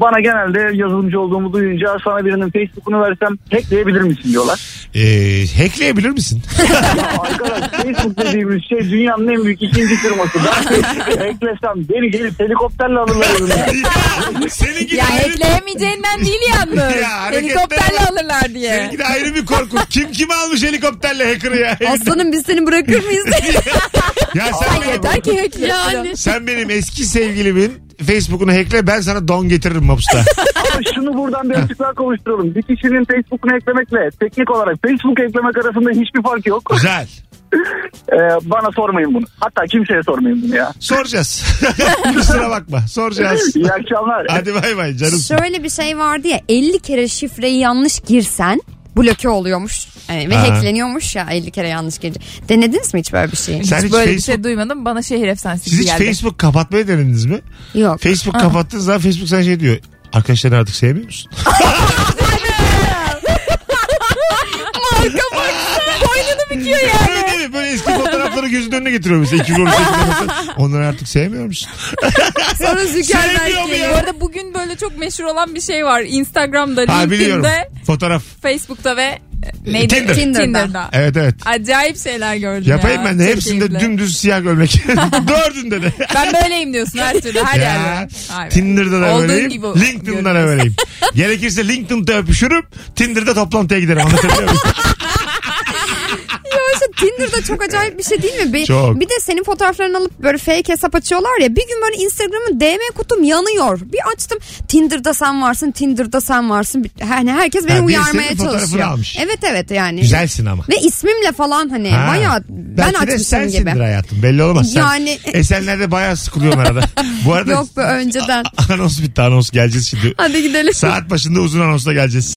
Speaker 4: Bana genelde yazılımcı olduğumu duyunca sana birinin Facebook'unu versem hackleyebilir misin diyorlar.
Speaker 2: Ee, hackleyebilir misin?
Speaker 4: (laughs) Arkadaş Facebook dediğimiz şey dünyanın en büyük ikinci firması. Ben Facebook'u hacklesem beni gelip helikopterle alırlar elimden.
Speaker 2: (laughs) ya, senin gibi
Speaker 3: ya
Speaker 2: ayrı-
Speaker 3: ekleyemeyeceğinden değil yalnız.
Speaker 2: (laughs) Ya, hareketler
Speaker 3: Helikopterle
Speaker 2: var.
Speaker 3: alırlar diye.
Speaker 2: Seninki de ayrı bir korku. Kim kimi almış helikopterle hacker'ı ya?
Speaker 7: Aslanım biz seni bırakır mıyız?
Speaker 2: (laughs) ya sen
Speaker 3: Ay
Speaker 2: benim,
Speaker 3: yeter ki hacklesin. Yani.
Speaker 2: sen benim eski sevgilimin Facebook'unu hackle ben sana don getiririm
Speaker 3: (laughs)
Speaker 2: Mapus'ta.
Speaker 4: Ama şunu buradan bir açıklığa kavuşturalım. Bir kişinin Facebook'unu eklemekle teknik olarak Facebook eklemek arasında hiçbir fark yok.
Speaker 2: Güzel.
Speaker 4: Ee, bana sormayın bunu. Hatta kimseye sormayın bunu ya.
Speaker 2: Soracağız. (laughs) Kusura bakma. Soracağız.
Speaker 4: İyi akşamlar.
Speaker 2: Hadi bay bay canım.
Speaker 7: Şöyle bir şey vardı ya 50 kere şifreyi yanlış girsen bloke oluyormuş. Yani ve
Speaker 2: Ha.
Speaker 7: hackleniyormuş ya 50 kere yanlış girince. Denediniz mi hiç böyle
Speaker 2: (laughs)
Speaker 7: bir şey?
Speaker 2: Sen
Speaker 3: hiç,
Speaker 2: hiç
Speaker 3: böyle bir
Speaker 2: Facebook-
Speaker 3: şey duymadım. Bana şehir efsanesi
Speaker 2: Siz
Speaker 3: gibi
Speaker 2: hiç
Speaker 3: geldi.
Speaker 2: Facebook kapatmayı denediniz mi?
Speaker 7: Yok.
Speaker 2: Facebook kapattığınız zaman Facebook sana şey diyor. Arkadaşlarını artık sevmiyor musun?
Speaker 3: (laughs) Marka baksana. Boynunu büküyor yani.
Speaker 2: Öyle değil mi? Böyle eski fotoğrafları gözünün önüne getiriyor mesela. 2018 mesela. Onları artık sevmiyor musun?
Speaker 7: Sonra Zuckerberg
Speaker 2: Sevmiyor şey mu
Speaker 7: geliyor.
Speaker 2: ya?
Speaker 3: Bu arada bugün böyle çok meşhur olan bir şey var. Instagram'da,
Speaker 2: Ha biliyorum.
Speaker 3: LinkedIn'de,
Speaker 2: Fotoğraf.
Speaker 3: Facebook'ta ve e, neydi?
Speaker 2: Tinder.
Speaker 3: Tinder'da.
Speaker 2: Evet evet.
Speaker 3: Acayip şeyler gördüm
Speaker 2: Yapayım
Speaker 3: ya.
Speaker 2: ben de
Speaker 3: Çok
Speaker 2: hepsinde
Speaker 3: keyifli.
Speaker 2: dümdüz siyah gömlek. (laughs) Dördünde de.
Speaker 3: Ben böyleyim diyorsun her türlü her
Speaker 2: Ya,
Speaker 3: yerde. Hayır.
Speaker 2: Tinder'da da
Speaker 3: Olduğun
Speaker 2: böyleyim.
Speaker 3: gibi
Speaker 2: LinkedIn'da da
Speaker 3: görünüyorsun.
Speaker 2: böyleyim. Gerekirse LinkedIn'da öpüşürüm. Tinder'da toplantıya giderim. Anlatabiliyor muyum?
Speaker 7: Ya işte Tinder'da çok acayip bir şey değil mi? Bir,
Speaker 2: Çok.
Speaker 7: bir de senin fotoğraflarını alıp böyle fake hesap açıyorlar ya. Bir gün böyle Instagram'ın DM kutum yanıyor. Bir açtım Tinder'da sen varsın, Tinder'da sen varsın. Bir- Yani herkes beni
Speaker 2: Ha, biri
Speaker 7: uyarmaya
Speaker 2: senin fotoğrafını
Speaker 7: çalışıyor.
Speaker 2: almış.
Speaker 7: Evet evet yani.
Speaker 2: Güzelsin ama.
Speaker 7: Ve ismimle falan hani
Speaker 2: Ha.
Speaker 7: bayağı ben
Speaker 2: Belki de
Speaker 7: açmışım
Speaker 2: sensindir
Speaker 7: gibi.
Speaker 2: hayatım belli olmaz. Sen
Speaker 7: Yani-
Speaker 2: (laughs) Esenler'de bayağı sıkılıyorum arada. Bu arada
Speaker 7: Yok be önceden.
Speaker 2: (laughs) anons bitti anons geleceğiz şimdi.
Speaker 7: Hadi gidelim.
Speaker 2: Saat başında uzun anonsla geleceğiz.